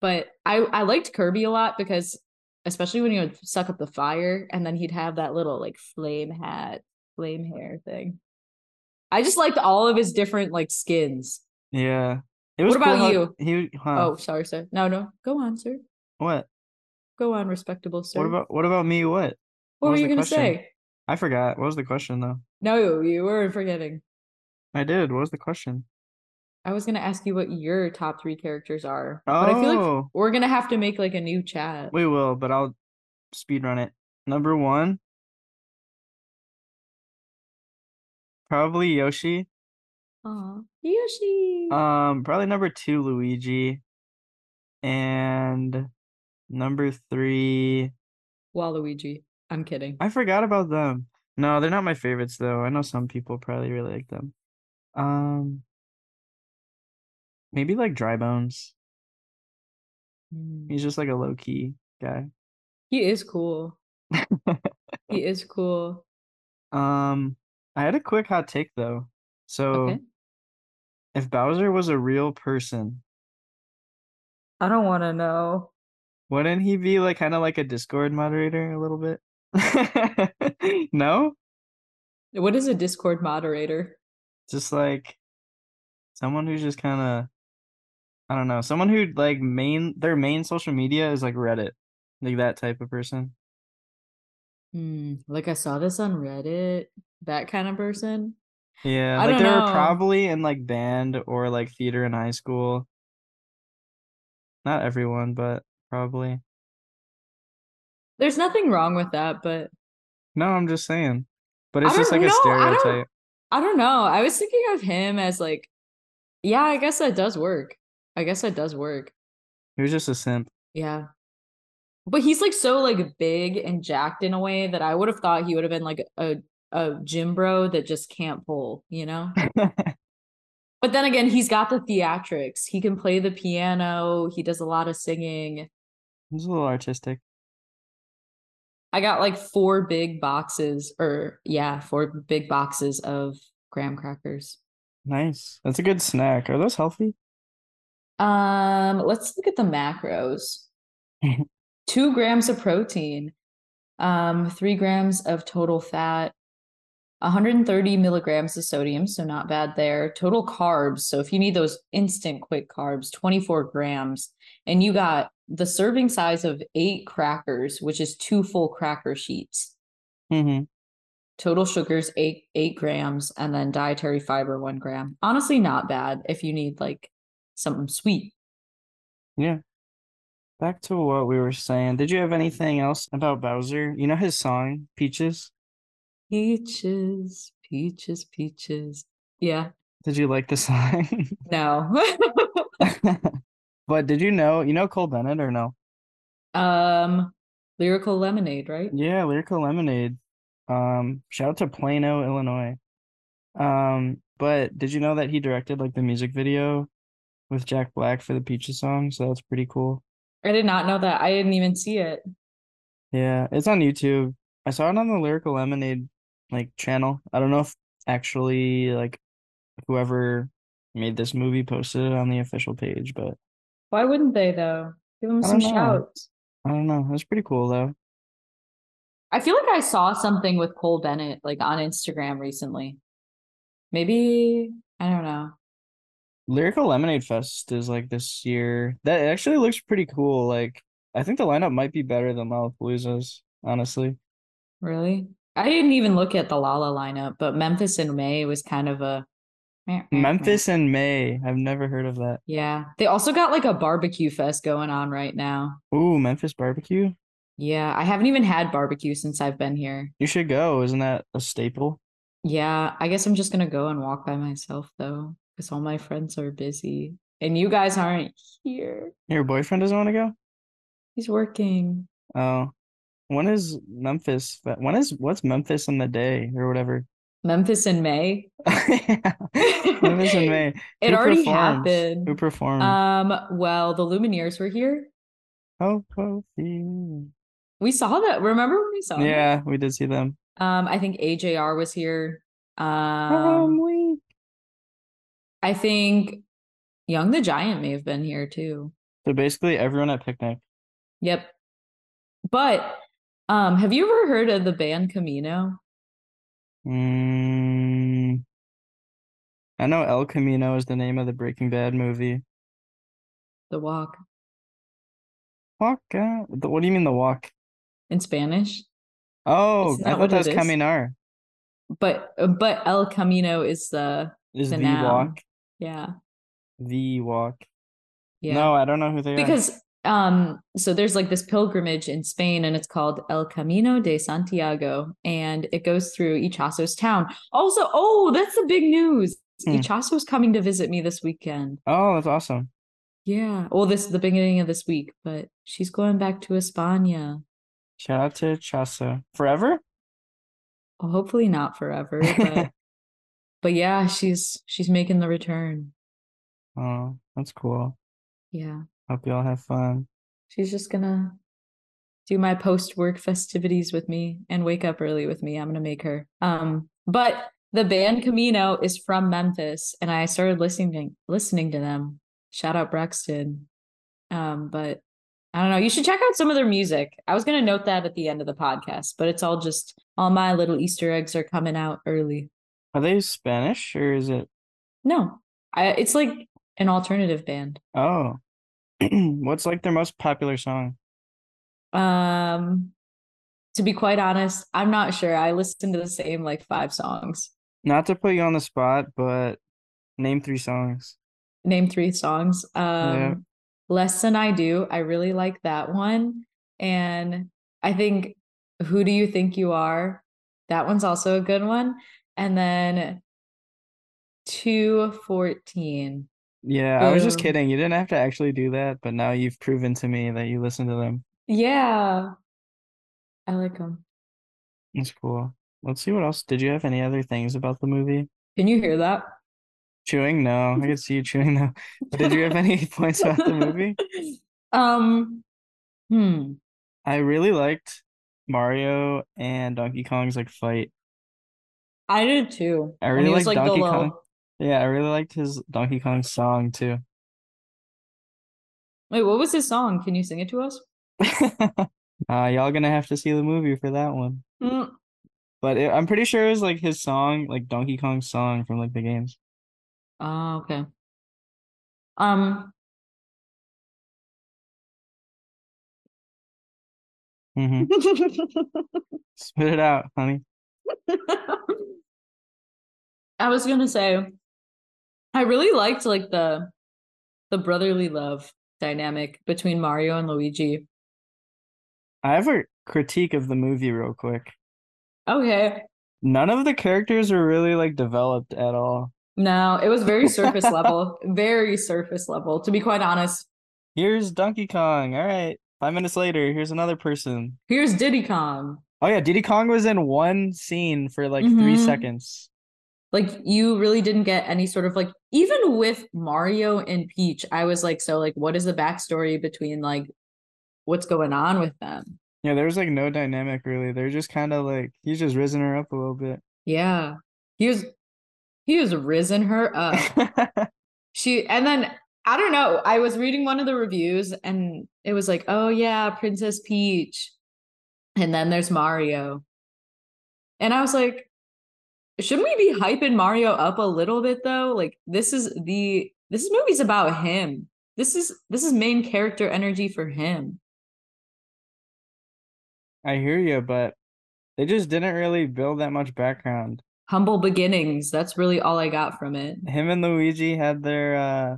but I I liked Kirby a lot because especially when he would suck up the fire and then he'd have that little like flame hat, flame hair thing. I just liked all of his different like skins. Yeah. It was What cool about how you? He huh. Oh, sorry, sir. No, no. Go on, sir. What? Go on, respectable sir. What about what about me? What? what what were was you the gonna question? say? I forgot. What was the question though? No, you were forgetting. I did. What was the question? I was gonna ask you what your top three characters are. Oh, But I feel like we're gonna have to make like a new chat. we will, but I'll speed run it. Number one, probably Yoshi. Aw. Yoshi. Um, probably number two, Luigi, and number three. Waluigi. I'm kidding. I forgot about them. No, they're not my favorites though. I know some people probably really like them. Um, maybe like Dry Bones. Mm. He's just like a low key guy. He is cool. He is cool. Um, I had a quick hot take though. So, Okay. if Bowser was a real person, I don't want to know. wouldn't he be like kind of like a Discord moderator a little bit? no, What is a Discord moderator? just like someone who's just kind of, I don't know, someone who like main their main social media is like Reddit, like that type of person. Hmm, like I saw this on Reddit. That kind of person. Yeah, I like don't they know. were probably in like band or like theater in high school. Not everyone, but probably. There's nothing wrong with that, but No, I'm just saying. But I it's just like don't a know, I don't- stereotype. I don't know. I was thinking of him as like, yeah, I guess that does work. I guess that does work. He was just a simp. Yeah. But he's like so like big and jacked in a way that I would have thought he would have been like a a gym bro that just can't pull, you know? But then again, he's got the theatrics. He can play the piano. He does a lot of singing. He's a little artistic. I got like four big boxes, or yeah, four big boxes of graham crackers. Nice. That's a good snack. Are those healthy? Um, let's look at the macros. Two grams of protein, um, three grams of total fat, 130 milligrams of sodium, so not bad there. Total carbs, so if you need those instant quick carbs, 24 grams, and you got the serving size of eight crackers, which is two full cracker sheets. Mm-hmm. Total sugars eight eight grams, and then dietary fiber one gram. Honestly, not bad if you need like something sweet. Back to what we were saying. Did you have anything else about Bowser? You know his song, Peaches? Peaches, peaches, peaches. Yeah, Did you like the song? no. but did you know, you know Cole Bennett or no? um, lyrical lemonade, right? Yeah, Lyrical Lemonade. Um, shout out to Plano, Illinois. Um, but did you know that he directed like the music video with Jack Black for the Peaches song? So that's pretty cool. I did not know that. I didn't even see it. Yeah, it's on YouTube. I saw it on the Lyrical Lemonade like channel. I don't know if actually like whoever made this movie posted it on the official page, but Why wouldn't they though? Give them I some don't know. shouts. I don't know. It was pretty cool though. I feel like I saw something with Cole Bennett like on Instagram recently. Maybe I don't know. Lyrical Lemonade Fest is like this year. That actually looks pretty cool. Like I think the lineup might be better than Lollapalooza's, honestly. Really? I didn't even look at the Lala lineup, but Memphis in May was kind of a Meh, meh, meh. Memphis in May. I've never heard of that. Yeah. They also got like a barbecue fest going on right now. Ooh, Memphis barbecue. Yeah. I haven't even had barbecue since I've been here. You should go. Isn't that a staple? Yeah. I guess I'm just going to go and walk by myself though, because all my friends are busy and you guys aren't here. Your boyfriend doesn't want to go. He's working. Oh, when is Memphis? fe- When is what's Memphis in the day or whatever? Memphis in May. Memphis in May. It Who already performs? Who happened. performed? Um, well, the Lumineers were here. oh, Kofi. We saw that. Remember when we saw that? yeah, we did see them. Um, I think AJR was here. Um, Um, we I think Young the Giant may have been here too. so basically everyone at picnic. Yep. But um, have you ever heard of the band Camino? Mm, I know El Camino is the name of the Breaking Bad movie. The Walk Walk. uh, the- what do you mean the walk? in Spanish. Oh, Isn't I that thought what that it was is? Caminar. But uh, but El Camino is the Is The the noun. walk yeah. the walk? Yeah. No, I don't know who they are. because um so there's like this pilgrimage in spain and it's called el camino de santiago and it goes through ichazo's town also oh that's the big news Hmm. ichazo's coming to visit me this weekend Oh, that's awesome. yeah well this is the beginning of this week but she's going back to españa Shout out to Chasa. Forever? well, hopefully not forever but but yeah she's she's making the return Oh, that's cool. yeah Hope y'all have fun. she's just gonna do my post work festivities with me and wake up early with me. I'm gonna make her. Um, but the band Camino is from Memphis, and I started listening listening to them. Shout out Braxton. Um, but I don't know. You should check out some of their music. I was gonna note that at the end of the podcast, but it's all just all my little Easter eggs are coming out early. Are they Spanish or is it? No, I, it's like an alternative band. Oh, what's like their most popular song? Um, to be quite honest, I'm not sure. I listened to the same like five songs. Not to put you on the spot, but name three songs. name three songs. Um Yeah. Less Than I Do. I really like that one. And I think Who Do You Think You Are? That one's also a good one. And then 214. Yeah, I was just Um, kidding. You didn't have to actually do that, but now you've proven to me that you listen to them. Yeah. I like them. That's cool. Let's see what else. Did you have any other things about the movie? Can you hear that? Chewing? No, I could see you chewing though. Did you have any points about the movie? Um hmm. I really liked Mario and Donkey Kong's like fight. I did too. I When really he was, like the Donkey low- Kong. Yeah, I really liked his Donkey Kong song too. Wait, what was his song? Can you sing it to us? uh, y'all gonna have to see the movie for that one. Mm, But it, I'm pretty sure it was like his song, like Donkey Kong's song from like the games. Oh, okay. Um, hmm Spit it out, honey. I was gonna say, I really liked like the the brotherly love dynamic between Mario and Luigi. I have a critique of the movie real quick. Okay, None of the characters are really like developed at all. no, it was very surface level, very surface level. To be quite honest, Here's Donkey Kong. All right. Five minutes later, here's another person. here's Diddy Kong. Oh yeah, Diddy Kong was in one scene for like three Mhm. seconds. Like you really didn't get any sort of like even with Mario and Peach, I was like, so like, what is the backstory between like what's going on with them? Yeah, there was like no dynamic really. They're just kind of like he's just risen her up a little bit. Yeah. He was he was risen her up. Uh-huh. she and then I don't know. I was reading one of the reviews and it was like, oh yeah, Princess Peach. And then there's Mario. And I was like, shouldn't we be hyping Mario up a little bit though? Like this is the this movie's about him. This is this is main character energy for him. I hear you, but they just didn't really build that much background. humble beginnings. That's really all I got from it. Him and Luigi had their uh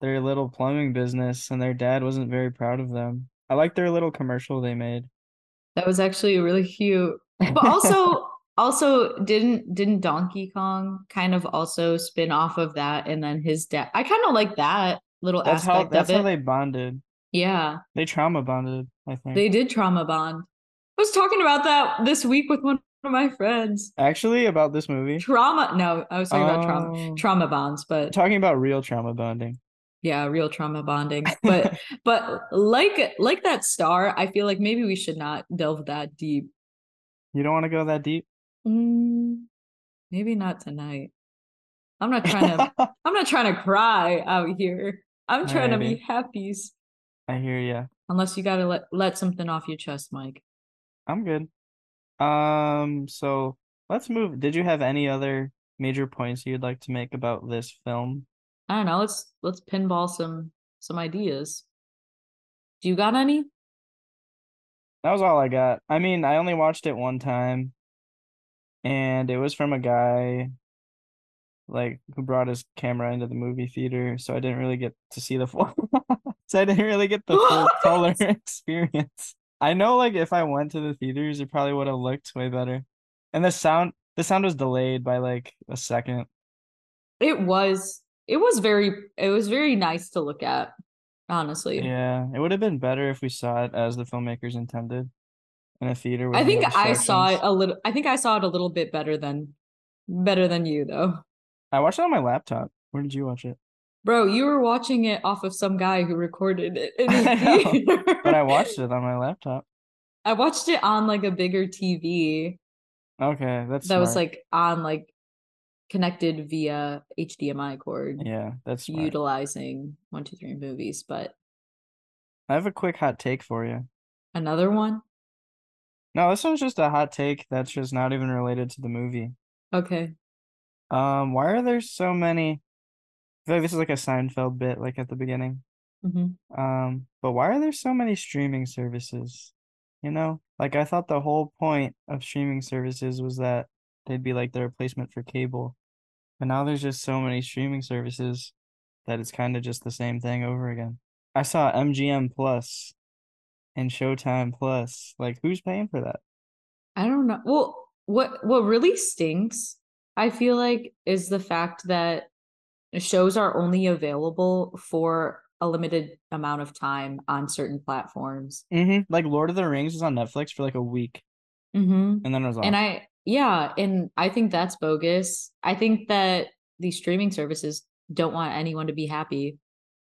their little plumbing business and their dad wasn't very proud of them. I like their little commercial they made. That was actually really cute. But also also didn't didn't Donkey Kong kind of also spin off of that and then his dad I kind of like that little That's how aspect that's of how it. they bonded. yeah. They trauma bonded, I think. They did trauma bond. I was talking about that this week with one of my friends. Actually about this movie. Trauma no, I was talking about trauma Oh. trauma bonds, but talking about real trauma bonding. yeah, real trauma bonding. But but like like that star, I feel like maybe we should not delve that deep. you don't want to go that deep. Mm, maybe not tonight. I'm not trying to I'm not trying to cry out here. I'm trying to Alrighty. be happy. I hear ya. Unless you gotta let let something off your chest, Mike. I'm good. Um, so let's move. Did you have any other major points you'd like to make about this film? I don't know. Let's let's pinball some some ideas. Do you got any? That was all I got. I mean, I only watched it one time, and it was from a guy like who brought his camera into the movie theater, so I didn't really get to see the full so I didn't really get the full What? color experience. I know like if I went to the theaters, it probably would have looked way better. And the sound the sound was delayed by like a second. It was it was very it was very nice to look at, honestly. Yeah, it would have been better if we saw it as the filmmakers intended in a theater with I no think I saw it distractions. a little I think I saw it a little bit better than better than you though. I watched it on my laptop. Where did you watch it? Bro, you were watching it off of some guy who recorded it in his I know, theater. But I watched it on my laptop. I watched it on like a bigger TV Okay, that's that was smart. like on like connected via HDMI cord, yeah, that's smart. utilizing one, two, three movies. But I have a quick hot take for you. another one, No, this one's just a hot take that's just not even related to the movie. okay, Um, why are there so many? I feel like this is like a Seinfeld bit, like at the beginning. hmm Um, but why are there so many streaming services? You know, like I thought the whole point of streaming services was that they'd be like the replacement for cable, but now there's just so many streaming services that it's kind of just the same thing over again. I saw MGM Plus and Showtime Plus. Like, who's paying for that? I don't know. Well, what what really stinks, I feel like, is the fact that shows are only available for a limited amount of time on certain platforms. Mm-hmm. Like Lord of the Rings was on Netflix for like a week Mm-hmm. and then it was off. And I, yeah, and I think that's bogus. I think that these streaming services don't want anyone to be happy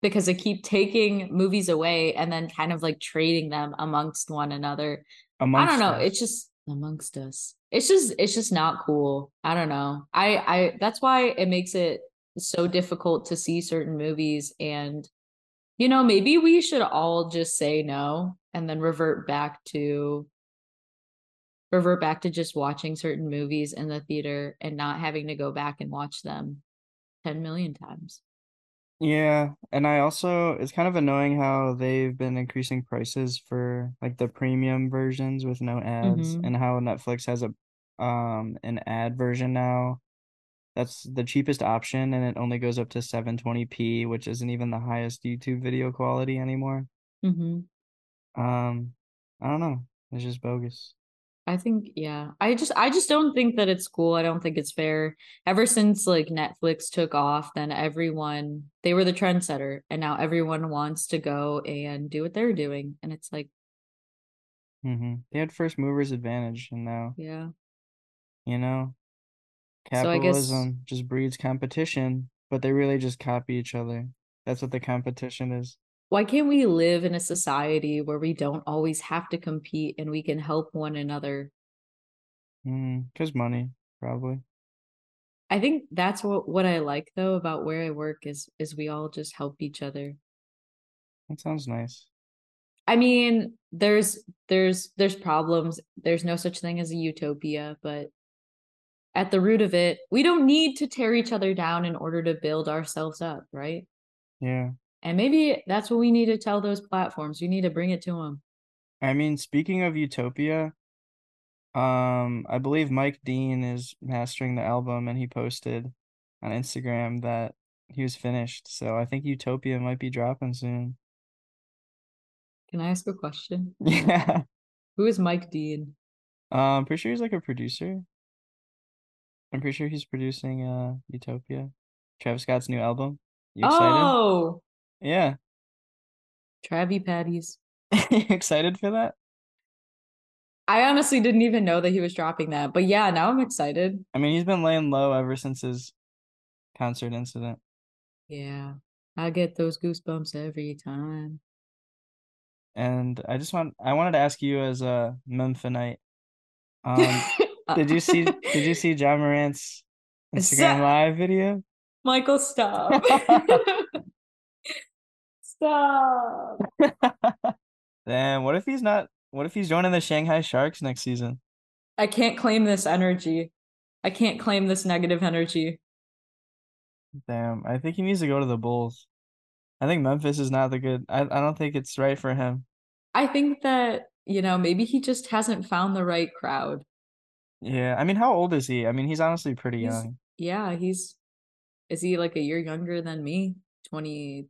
because they keep taking movies away and then kind of like trading them amongst one another. I Amongst don't know. us. It's just amongst us. It's just it's just not cool. I don't know. I I that's why it makes it so difficult to see certain movies and you know, maybe we should all just say no and then revert back to revert back to just watching certain movies in the theater and not having to go back and watch them 10 million times. Yeah, and I also it's kind of annoying how they've been increasing prices for like the premium versions with no ads Mhm. and how Netflix has a um an ad version now. That's the cheapest option and it only goes up to 720p, which isn't even the highest YouTube video quality anymore. Mhm. Um, I don't know. It's just bogus. I think yeah. I just I just don't think that it's cool. I don't think it's fair. Ever since like Netflix took off, then everyone they were the trendsetter and now everyone wants to go and do what they're doing and it's like hmm They had first movers advantage and now, yeah. you know, So I guess- capitalism just breeds competition, but they really just copy each other. That's what the competition is. Why can't we live in a society where we don't always have to compete and we can help one another Mm, cause money, probably. I think that's what what I like though about where I work is is we all just help each other. That sounds nice. I mean, there's there's there's problems. There's no such thing as a utopia, but at the root of it, we don't need to tear each other down in order to build ourselves up, right? Yeah. And maybe that's what we need to tell those platforms. We need to bring it to them. I mean, speaking of utopia, Um, I believe Mike Dean is mastering the album, and he posted on Instagram that he was finished. So I think Utopia might be dropping soon. Can I ask a question? Yeah. Who is Mike Dean? Um, pretty sure he's like a producer. I'm pretty sure he's producing uh Utopia, Travis Scott's new album. You excited? Oh, Yeah. Travie Patties. you excited for that? I honestly didn't even know that he was dropping that, but yeah, now I'm excited. I mean, he's been laying low ever since his concert incident. Yeah, I get those goosebumps every time. And I just want I wanted to ask you as a Memphinite. Um Uh, did you see did you see John Morant's So- Instagram live video? Michael? Stop. stop. Damn, what if he's not what if he's joining the Shanghai Sharks next season? I can't claim this energy. I can't claim this negative energy. Damn, I think he needs to go to the Bulls. I think Memphis is not the good I, I don't think it's right for him. I think that, you know, maybe he just hasn't found the right crowd. Yeah. I mean, how old is he? I mean, he's honestly pretty He's- young. Yeah, he's is he like a year younger than me? 20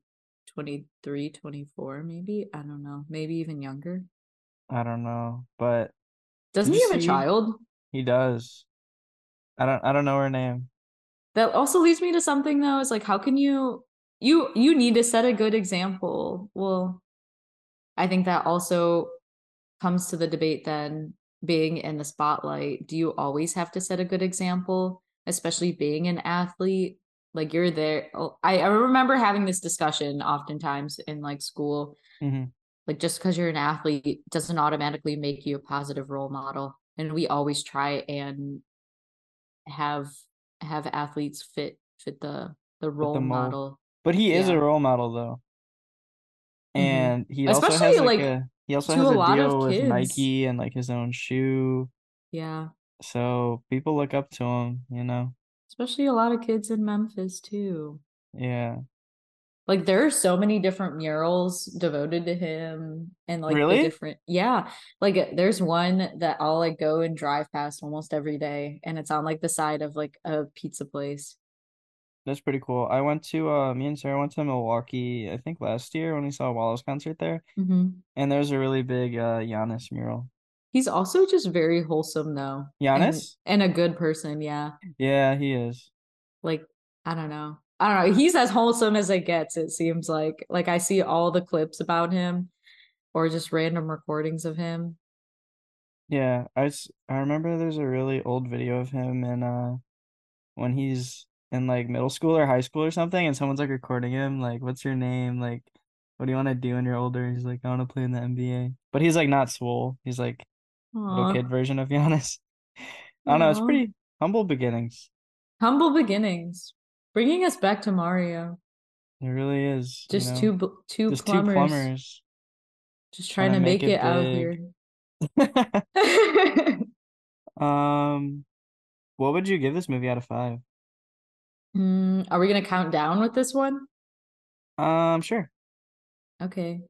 23, 24 maybe? I don't know. Maybe even younger. I don't know. But Doesn't he you have a see- child? He does. I don't I don't know her name. That also leads me to something though, is like how can you you you need to set a good example. Well, I think that also comes to the debate then being in the spotlight, do you always have to set a good example, especially being an athlete? Like you're there. oh, I, I remember having this discussion oftentimes in like school. Mhm. Like just because you're an athlete doesn't automatically make you a positive role model. And we always try and have have athletes fit fit the the role mold. model. But he is Yeah. a role model though. Mhm. And he also Especially, has like, like, a he also to has a, a lot of deal with kids. Nike and like his own shoe. Yeah. So people look up to him, you know. Especially a lot of kids in Memphis too. Yeah. Like there are so many different murals devoted to him and like Really? the different yeah. Like uh, there's one that I'll like go and drive past almost every day and it's on like the side of like a pizza place. That's pretty cool. I went to uh me and Sarah went to Milwaukee, I think last year when we saw Wallace concert there, Mhm. and there's a really big uh Giannis mural. He's also just very wholesome though. and- Giannis? And, a good person, yeah. Yeah, he is. Like I don't know. I don't know. He's as wholesome as it gets, it seems like. Like I see all the clips about him or just random recordings of him. Yeah, I s- I remember there's a really old video of him and uh when he's in like middle school or high school or something and someone's like recording him like what's your name like what do you want to do when you're older and he's like I want to play in the NBA but he's like not swole he's like little Aw. kid version of Giannis I don't know it's Aw. pretty humble beginnings Humble beginnings, bringing us back to Mario. it really is you Just know? two, bl- two, just plumbers, two plumbers just trying to make, it, out big. here. mm, um what would you give this movie out of five Hmm, are we gonna count down with this one? um sure Okay,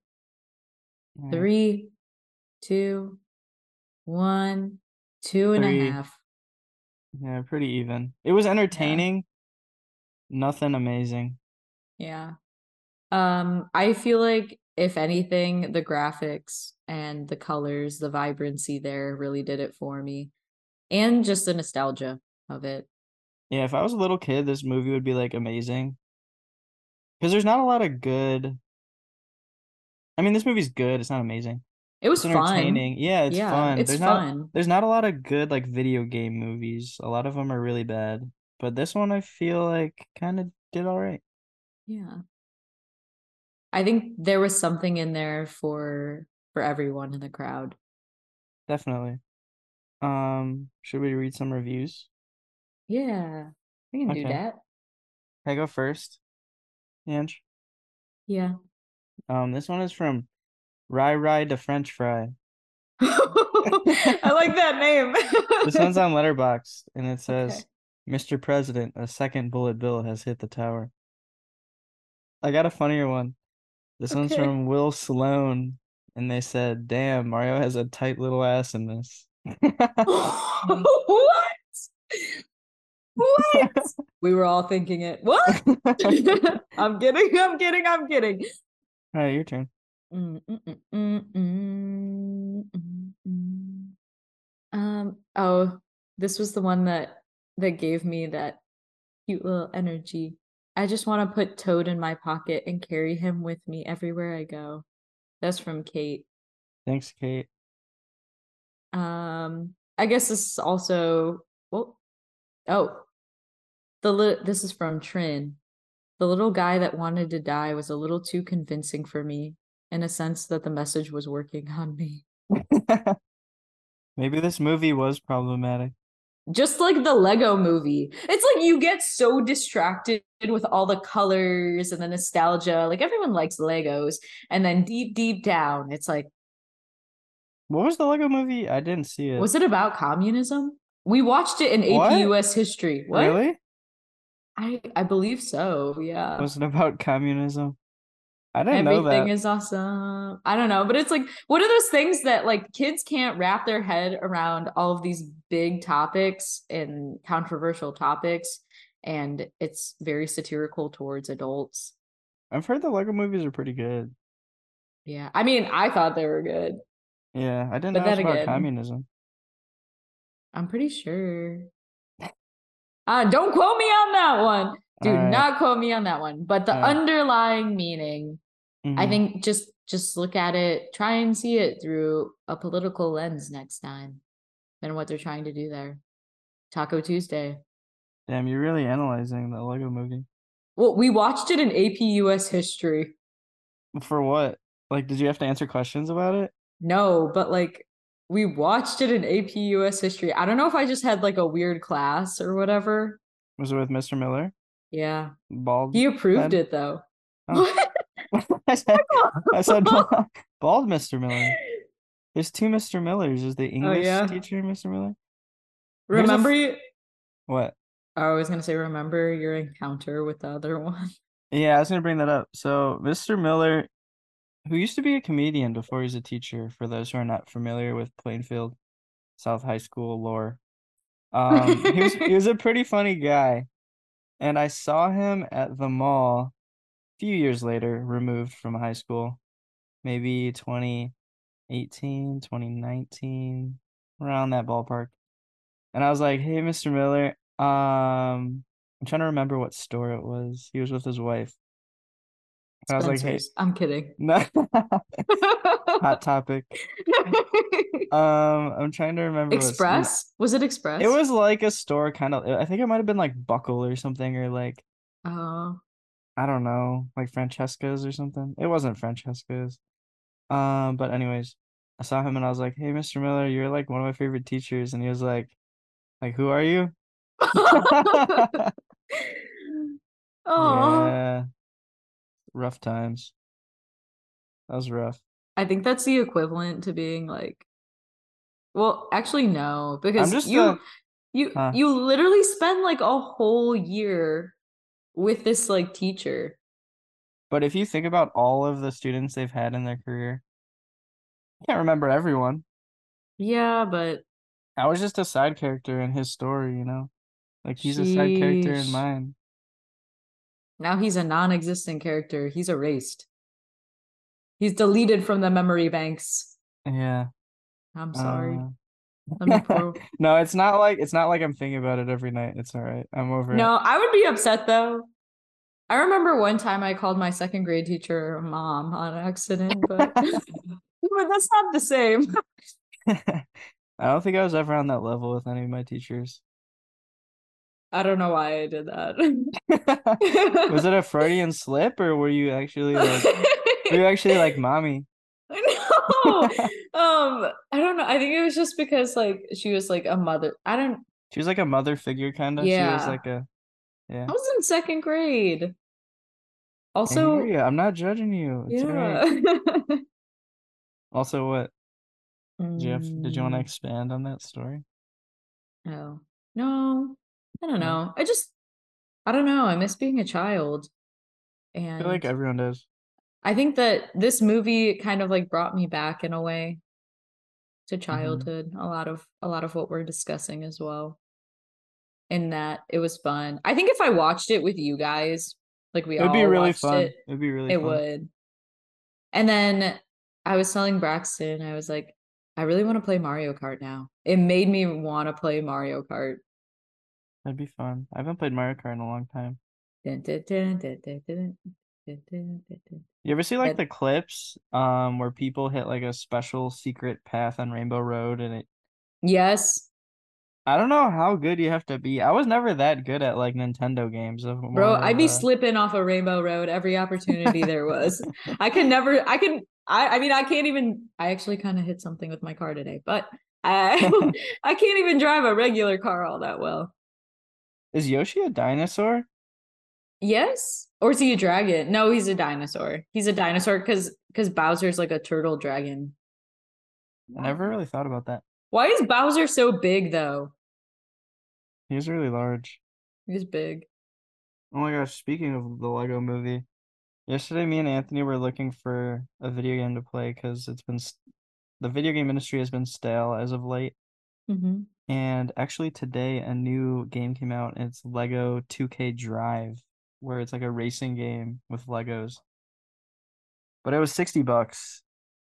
All right. three, two, one, two and a half. Three. yeah pretty even it was entertaining nothing amazing Yeah. Um, I feel like if anything, the graphics and the colors, the vibrancy there really did it for me, and just the nostalgia of it. Yeah, if I was a little kid, this movie would be like amazing. Because there's not a lot of good. I mean, this movie's good. It's not amazing. It was It's fun. entertaining. Yeah, it's yeah, fun. it's there's not fun. there's not a lot of good like video game movies. A lot of them are really bad. But this one I feel like kind of did all right. Yeah. I think there was something in there for for everyone in the crowd. Definitely. Um, should we read some reviews? Yeah. We can do Okay. that. Can I go first? Ange? Yeah. Um, this one is from Rye Rye to French Fry. I like that name. This one's on Letterboxd and it says Okay. Mr. President, a second bullet bill has hit the tower. I got a funnier one. This one's Okay. from Will Sloan, and they said, Damn, Mario has a tight little ass in this. what? What? we were all thinking it. What? I'm kidding. I'm kidding. I'm kidding. All right, your turn. Mm, mm, mm, mm, mm, mm, mm. Um, oh, this was the one that that gave me that cute little energy. I just want to put Toad in my pocket and carry him with me everywhere I go. That's from Kate. Thanks, Kate. Um, I guess this is also well, oh, the li- this is from Trin. The little guy that wanted to die was a little too convincing for me, in a sense that the message was working on me. Maybe this movie was problematic. Just like the Lego movie. It's like you get so distracted with all the colors and the nostalgia. Like everyone likes Legos. And then deep, deep down, it's like, What was the Lego movie? I didn't see it. was it about communism? We watched it in What? APUS history. What? Really? I, I believe so. Yeah. Was it about communism? I didn't know Oh. Everything that. is awesome. I don't know, but it's like what are those things that like kids can't wrap their head around all of these big topics and controversial topics and it's very satirical towards adults. I've heard the Lego movies are pretty good. Yeah. I mean, I thought they were good. Yeah, I didn't But know it was then about again- communism. I'm pretty sure. Eh. Uh don't quote me on that one. Do Alright, not quote me on that one. But the Alright. underlying meaning I mhm. think just just look at it, try and see it through a political lens next time than what they're trying to do there. Taco Tuesday. Damn, you're really analyzing the Lego movie. Well, we watched it in AP US history. For what? Like, did you have to answer questions about it? No, but like we watched it in AP US history. I don't know if I just had like a weird class or whatever. Was it with Mr. Miller? Yeah. Bald. He approved Then- it though. Oh. What? I said, I said bald, bald Mr. Miller. There's two Mr. Millers. Is the English Oh, yeah. teacher Mr. Miller? Here's a remember f- you Oh, What? I was gonna say remember your encounter with the other one. Yeah, I was gonna bring that up. So Mr. Miller, who used to be a comedian before he's a teacher, for those who are not familiar with Plainfield South High School lore, um, he was he was a pretty funny guy, and I saw him at the mall a few years later, removed from high school, maybe 2018, 2019, around that ballpark. And I was like, "Hey, Mr. Miller, um, I'm trying to remember what store it was. He was with his wife." And I was like, "Hey, Spencer's. I'm kidding. No, hot topic. Um, I'm trying to remember. what store- Express? Was it Express? It was like a store, kind of. I think it might have been like Buckle or something, or like Oh, I don't know, like Francesca's or something. It wasn't Francesca's. Um, but anyways, I saw him and I was like, "Hey, Mr. Miller, you're like one of my favorite teachers," and he was like, "Like who are you?" oh. Yeah, rough times. That was rough. I think that's the equivalent to being like. Well, actually, no, because just you, a- you, Huh. you literally spend like a whole year with this like teacher. But if you think about all of the students they've had in their career, I can't remember everyone. Yeah, but I was just a side character in his story, you know? Like he's a side character in Sheesh. mine. now he's a non-existent character. He's erased. He's deleted from the memory banks. Yeah. I'm sorry. uh, Let me pour. no, it's not like it's not like I'm thinking about it every night. It's all right. I'm over it. No, I would be upset though. I remember one time I called my second grade teacher mom on accident, but but that's not the same. I don't think I was ever on that level with any of my teachers. I don't know why I did that. was it a Freudian slip or were you actually like were you actually like mommy? no. Um, I don't know. I think it was just because like she was like a mother. I don't She was like a mother figure kind of. She was Yeah. like a yeah. I was in second grade. I hear Also, ya. I'm not judging you. It's all right. yeah. Also, what Jeff? Did you want to Mm. expand on that story? Oh, no, I don't No? know. I just, I don't know. I miss being a child. I And feel like everyone does. I think that this movie kind of like brought me back in a way to Mm-hmm. childhood a lot of a lot of what we're discussing as well in that it was fun i think if i watched it with you guys like we It would all be really watched fun. it It would be really it fun. would and then i was telling braxton i was like i really want to play mario kart now it made me want to play mario kart That'd be fun. I haven't played Mario Kart in a long time. Dun, dun, dun, dun, dun, dun, dun, dun, dun, dun. You ever see like Ed- the clips um where people hit like a special secret path on Rainbow Road and it yes I don't know how good you have to be. I was never that good at like Nintendo games. I'm more Bro, of uh, I'd be a- slipping off a rainbow road every opportunity there was. I could never, I could, I, I mean, I can't even, I actually kind of hit something with my car today, but I, I can't even drive a regular car all that well. Is Yoshi a dinosaur? Yes. Or is he a dragon? No, he's a dinosaur. He's a dinosaur because, because Bowser's like a turtle dragon. I never really thought about that. Why is Bowser so big though? He was really large. He's big. Oh my gosh, speaking of the Lego movie, yesterday me and Anthony were looking for a video game to play because it's been s the video game industry has been stale as of late. Mm-hmm. hmm And actually today a new game came out and it's Lego 2K Drive, where it's like a racing game with Legos. But it was 60 bucks.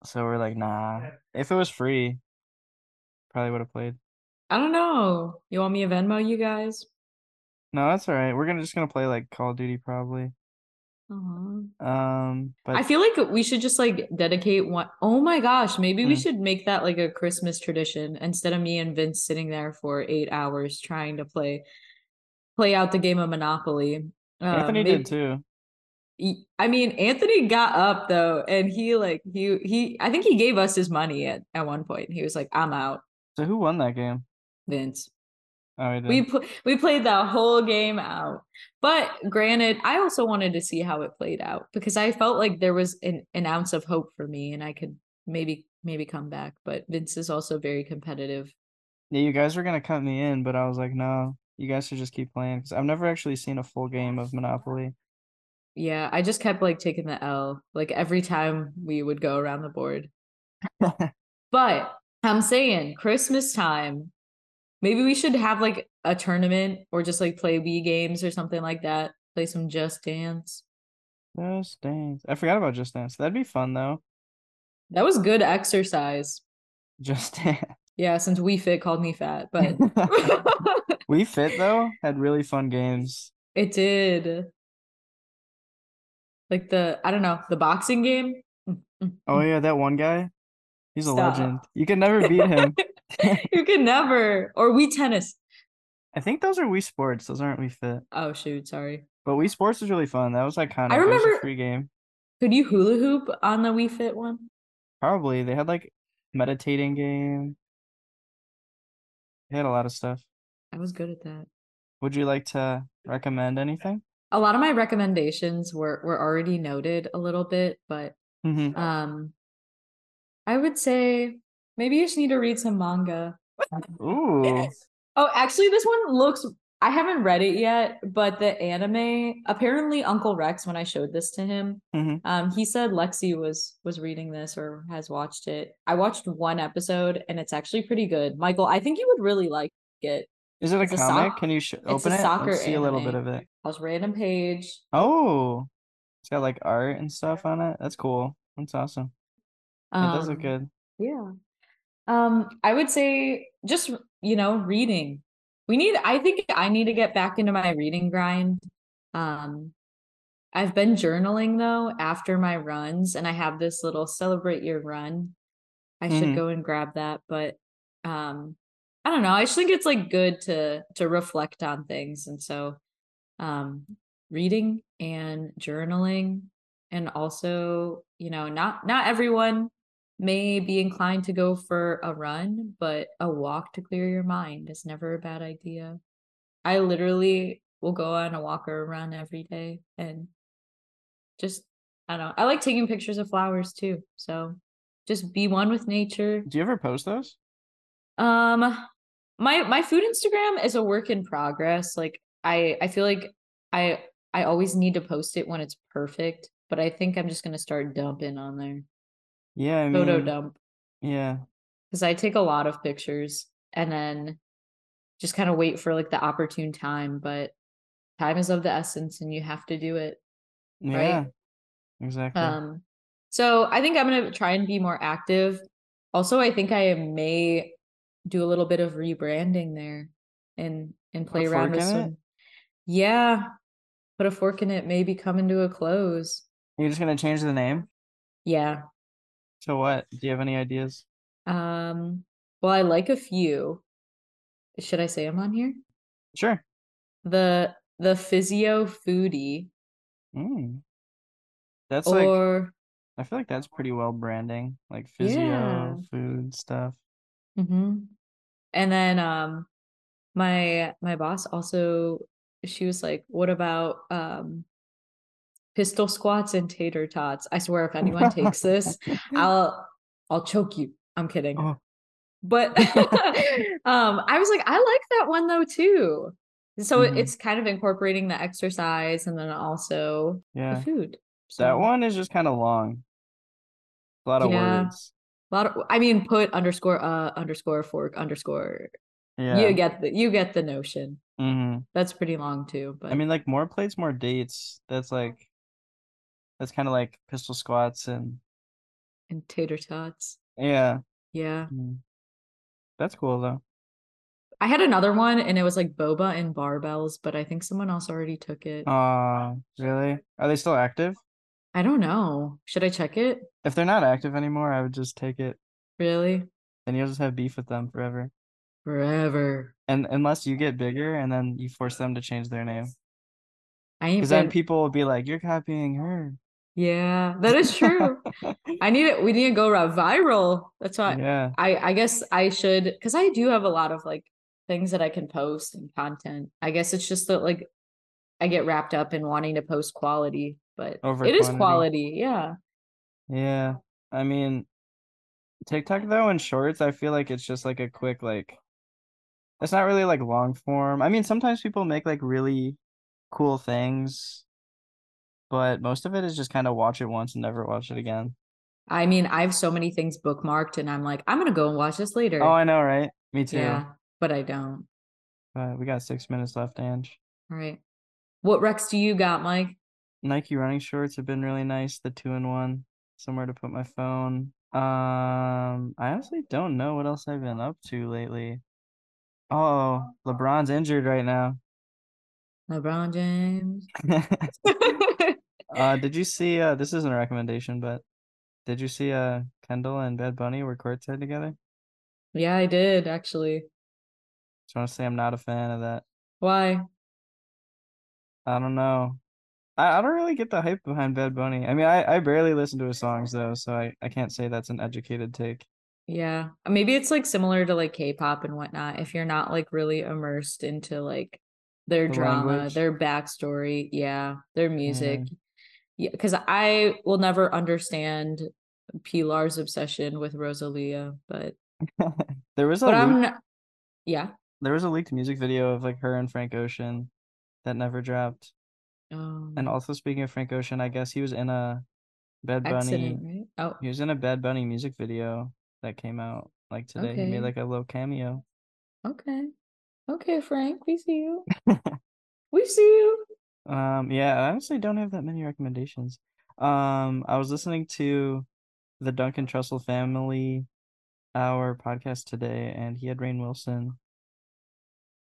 So we're like, nah. If it was free, probably would have played. I don't know. You want me to Venmo you guys? No, that's all right. We're gonna just gonna play like Call of Duty probably. uh Um, but I feel like we should just like dedicate one oh my gosh, maybe we Mm. should make that like a Christmas tradition instead of me and Vince sitting there for eight hours trying to play play out the game of Monopoly. Uh, Anthony maybe- did too. y- I mean, Anthony got up though, and he like he he I think he gave us his money at at one point. He was like, "I'm out, So who won that game? Vince." Oh, he did. We pl- we played the whole game out. But granted, I also wanted to see how it played out because I felt like there was an, an ounce of hope for me and I could maybe maybe come back. But Vince is also very competitive. Yeah, you guys were gonna cut me in, but I was like, no, you guys should just keep playing because I've never actually seen a full game of Monopoly. Yeah, I just kept like taking the L like every time we would go around the board. But I'm saying Christmas time, maybe we should have like a tournament or just like play Wii games or something like that. Play some Just Dance. Just Dance. I forgot about Just Dance. That'd be fun though. That was good exercise. Just Dance. Yeah, since We Fit called me fat, but We Fit though had really fun games. it did. Like the I don't know the boxing game. Mm, mm, Oh yeah, that one guy. He's a Stop. legend. You can never beat him. mm. you could never or we tennis. I think those are Wii Sports. Those aren't Wii Fit. Oh shoot, sorry. But Wii Sports was really fun. That was iconic. it was remember- a free game. Could you hula hoop on the We Fit one? Probably they had like meditating game. They had a lot of stuff. I was good at that. Would you like to recommend anything? A lot of my recommendations were were already noted a little bit, but Mhm. um, I would say maybe you just need to read some manga. Eh, Ooh, Oh, actually, this one looks. I haven't read it yet, but the anime. Apparently, Uncle Rex, when I showed this to him, Mhm. um, he said Lexi was was reading this or has watched it. I watched one episode, and it's actually pretty good. Michael, I think you would really like it. is it a It's a comic? soc- Can you sh- a open it? soccer Let's see a little bit of anime. it. I was random page. Oh, it's got like art and stuff on it. That's cool. That's awesome. It does look Um, good. Yeah. Um, I would say just, you know, reading. We need, I think I need to get back into my reading grind. Um, I've been journaling though after my runs, and I have this little celebrate your run. I Mhm. should go and grab that, but um, I don't know. I just think it's like good to to reflect on things, and so um, reading and journaling, and also you know, not not everyone may be inclined to go for a run, but a walk to clear your mind is never a bad idea. I literally will go on a walk or a run every day and just I don't know. I like taking pictures of flowers too. So just be one with nature. Do you ever post those? Um my my food Instagram is a work in progress. Like I I feel like I I always need to post it when it's perfect, but I think I'm just going to start dumping on there. Yeah, I Photo mean, dump. yeah. because I take a lot of pictures and then just kind of wait for like the opportune time. But time is of the essence and you have to do it. Right? Yeah. Exactly. Um, so I think I'm gonna try and be more active. Also, I think I may do a little bit of rebranding there and and play a around fork with in it? some. Yeah, put a fork in it. Maybe come into a close. You're just gonna change the name Yeah. to what? Do you have any ideas? Um. Well, I like a few. Should I say I'm on here? Sure. The the physio foodie Mm. That's like or I feel like that's pretty well branding, like physio, Yeah. food stuff. hmm And then um my my boss also she was like, What about um pistol squats and tater tots? I swear if anyone takes this, I'll I'll choke you. I'm kidding. Oh. But um I was like, I like that one though too. So it- Mhm. it's kind of incorporating the exercise and then also Yeah. the food. That So- one is just kind of long. A lot of Yeah. words. A lot of, I mean, put underscore uh underscore fork underscore. Yeah. You get the you get the notion. hmm That's pretty long too. But I mean, like more plates, more dates. That's like, that's kind of like pistol squats and and tater tots. yeah. Yeah, Mm. That's cool though. I had another one, and it was like boba and barbells. But I think someone else already took it. Uh, really? Are they still active? I don't know. Should I check it? If they're not active anymore, I would just take it. Really? Then you'll just have beef with them forever. Forever. And unless you get bigger and then you force them to change their name. I ain't Because then been- people will be like, you're copying her. Yeah, that is true. I need it. We need to go ra- viral. That's why yeah. I I guess I should because I do have a lot of like things that I can post and content. I guess it's just that like I get wrapped up in wanting to post quality, but Over it is quantity. quality. Yeah. Yeah. I mean, TikTok though in shorts, I feel like it's just like a quick like it's not really like long form. I mean, sometimes people make like really cool things, but most of it is just kind of watch it once and never watch it again. I mean, I have so many things bookmarked and I'm like, I'm gonna go and watch this later. Oh, I know, right? Me too. yeah, but I don't. But we got six minutes left, Ange. All right. What Rex do you got, Mike? Nike running shorts have been really nice. The two in one, somewhere to put my phone. Um, I honestly don't know what else I've been up to lately. Oh, LeBron's injured right now. LeBron James. Uh, did you see? Uh, this isn't a recommendation, but did you see? Uh, Kendall and Bad Bunny were courtside together. yeah, I did actually. Just want to say I'm not a fan of that. Why? I don't know. I, I don't really get the hype behind Bad Bunny. I mean, I, I barely listen to his songs though, so I, I can't say that's an educated take. Yeah. Maybe it's like similar to like K-pop and whatnot. If you're not like really immersed into like their The drama, language. Mm-hmm. their backstory, yeah, their music. Yeah, because I will never understand Pilar's obsession with Rosalia, but There was a but leak- I'm not, yeah. there was a leaked music video of like her and Frank Ocean that never dropped. Um, And also speaking of Frank Ocean, I guess he was in a Bad Bunny accident, right? Oh, he was in a Bad Bunny music video that came out like today. He Okay. made like a little cameo. Oh, okay, okay, Frank, we see you. we see you. Um, yeah, I honestly don't have that many recommendations. Um, I was listening to the Duncan Trussell Family Hour podcast today, and he had Rain Wilson,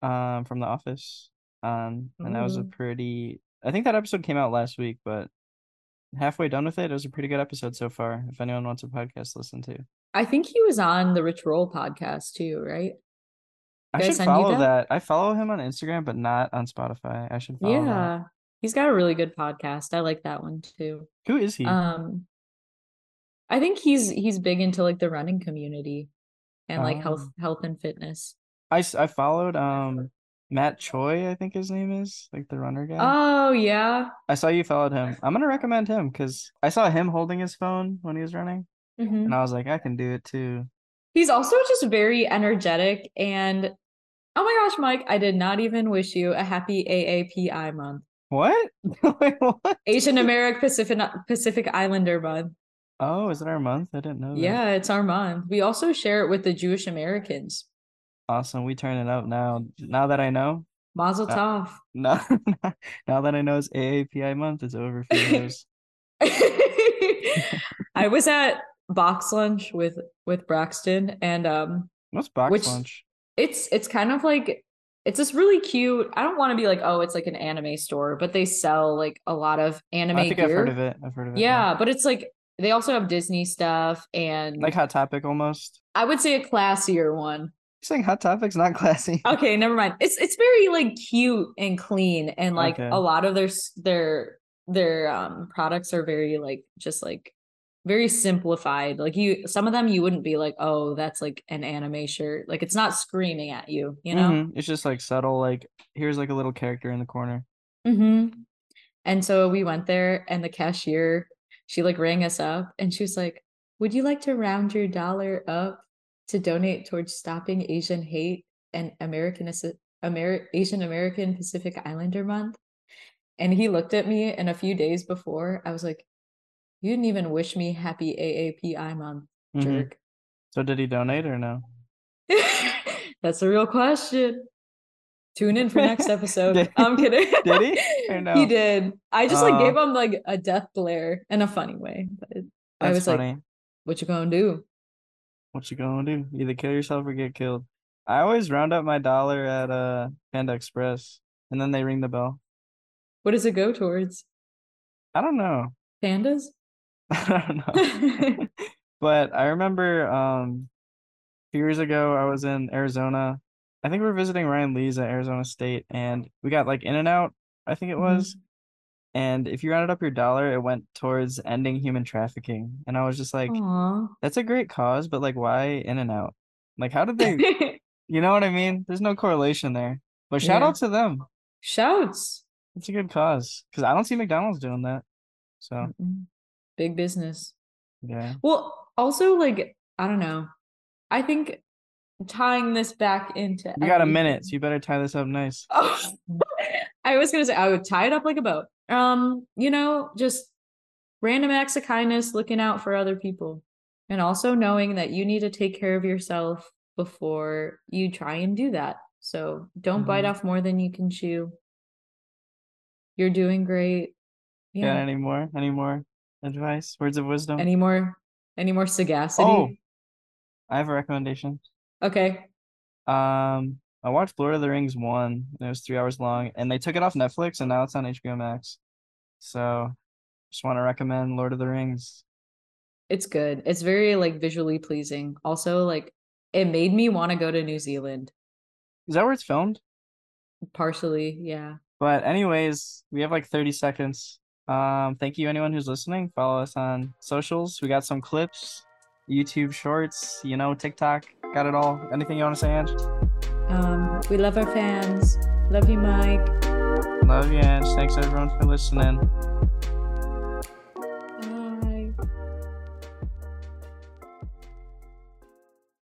um, from The Office on, and that was a Ooh. pretty. I think that episode came out last week, but halfway done with it. It was a pretty good episode so far. If anyone wants a podcast to listen to, I think he was on the Rich Roll podcast too, right? I Guys, should I need follow that. that. I follow him on Instagram, but not on Spotify. I should follow. that. Yeah, he's got a really good podcast. I like that one too. Who is he? Um, I think he's he's big into like the running community and like Oh. health health and fitness. I, s- I followed um Matt Choi, I think his name is, like the runner guy. Oh yeah. I saw you followed him. I'm gonna recommend him because I saw him holding his phone when he was running, Mhm. and I was like, I can do it too. He's also just very energetic and oh my gosh, Mike, I did not even wish you a happy AAPI month. What? Wait, what? Asian American Pacific Pacific Islander month. Oh, is it our month? I didn't know. that. Yeah, it's our month. We also share it with the Jewish Americans. Awesome. We turn it up now. Now that I know, Mazel Uh, tov. now, now that I know it's AAPI month is over for those. I was at box lunch with with Braxton and um What's box Which- lunch? it's it's kind of like it's this really cute. I don't want to be like, oh, it's like an anime store, but they sell like a lot of anime I think gear. I've heard of it. I've heard of it. Yeah, but it's like they also have Disney stuff and Like Hot Topic almost. I would say a classier one. You're saying Hot Topic's not classy. Okay, never mind. It's it's very like cute and clean and like Okay. a lot of their s- their their um products are very like just like very simplified. Like you some of them you wouldn't be like, "Oh, that's like an anime shirt." Like it's not screaming at you, you know? Mhm. It's just like subtle, like here's like a little character in the corner. Mm-hmm. And so we went there, and the cashier, she like rang us up and she was like, Would you like to round your dollar up to donate towards stopping Asian hate and American Asi- Amer- Asian American Pacific Islander month? And he looked at me, and a few days before, I was like, You didn't even wish me happy AAPI month, Mhm. jerk. So did he donate or no? That's a real question. Tune in for next episode. Did- I'm kidding. did he or no? He did. I just like Oh. gave him like a death glare in a funny way. But it- I That's was like, funny. "What you gonna do?" What you gonna do? Either kill yourself or get killed. I always round up my dollar at uh Panda Express and then they ring the bell. What does it go towards? I don't know. Pandas? I don't know. Oh. But I remember um a few years ago I was in Arizona. I think we were visiting Ryan Lee's at Arizona State and we got like In and Out, I think it Mhm. was. And if you rounded up your dollar, it went towards ending human trafficking. And I was just like, Aw. that's a great cause, but like why In and Out? Like how did they you know what I mean? There's no correlation there. But shout Yeah. out to them. Shouts. It's a good cause. Because I don't see McDonald's doing that. So Mm-mm. Big business. yeah. Well, also like I don't know. I think tying this back into We got a everything- minute, so you better tie this up nice. Oh, I was gonna say I would tie it up like a boat. Um, you know, just random acts of kindness, looking out for other people, and also knowing that you need to take care of yourself before you try and do that. So don't bite Mhm. off more than you can chew. You're doing great. Yeah. Yeah. any more? Any more advice? Words of wisdom? Any more? Any more sagacity? I have a recommendation. Okay. Um I watched Lord of the Rings one and it was three hours long and they took it off Netflix and now it's on HBO Max. So just want to recommend Lord of the Rings. It's good. It's very like visually pleasing. Also, like it made me want to go to New Zealand. Is that where it's filmed? Partially, yeah. But anyways, we have like 30 seconds. Um, thank you anyone who's listening. Follow us on socials. We got some clips, YouTube shorts, you know, TikTok. Got it all. Anything you want to say, Ange? Um, we love our fans. Love you, Mike. Love you, Ange. Thanks everyone for listening.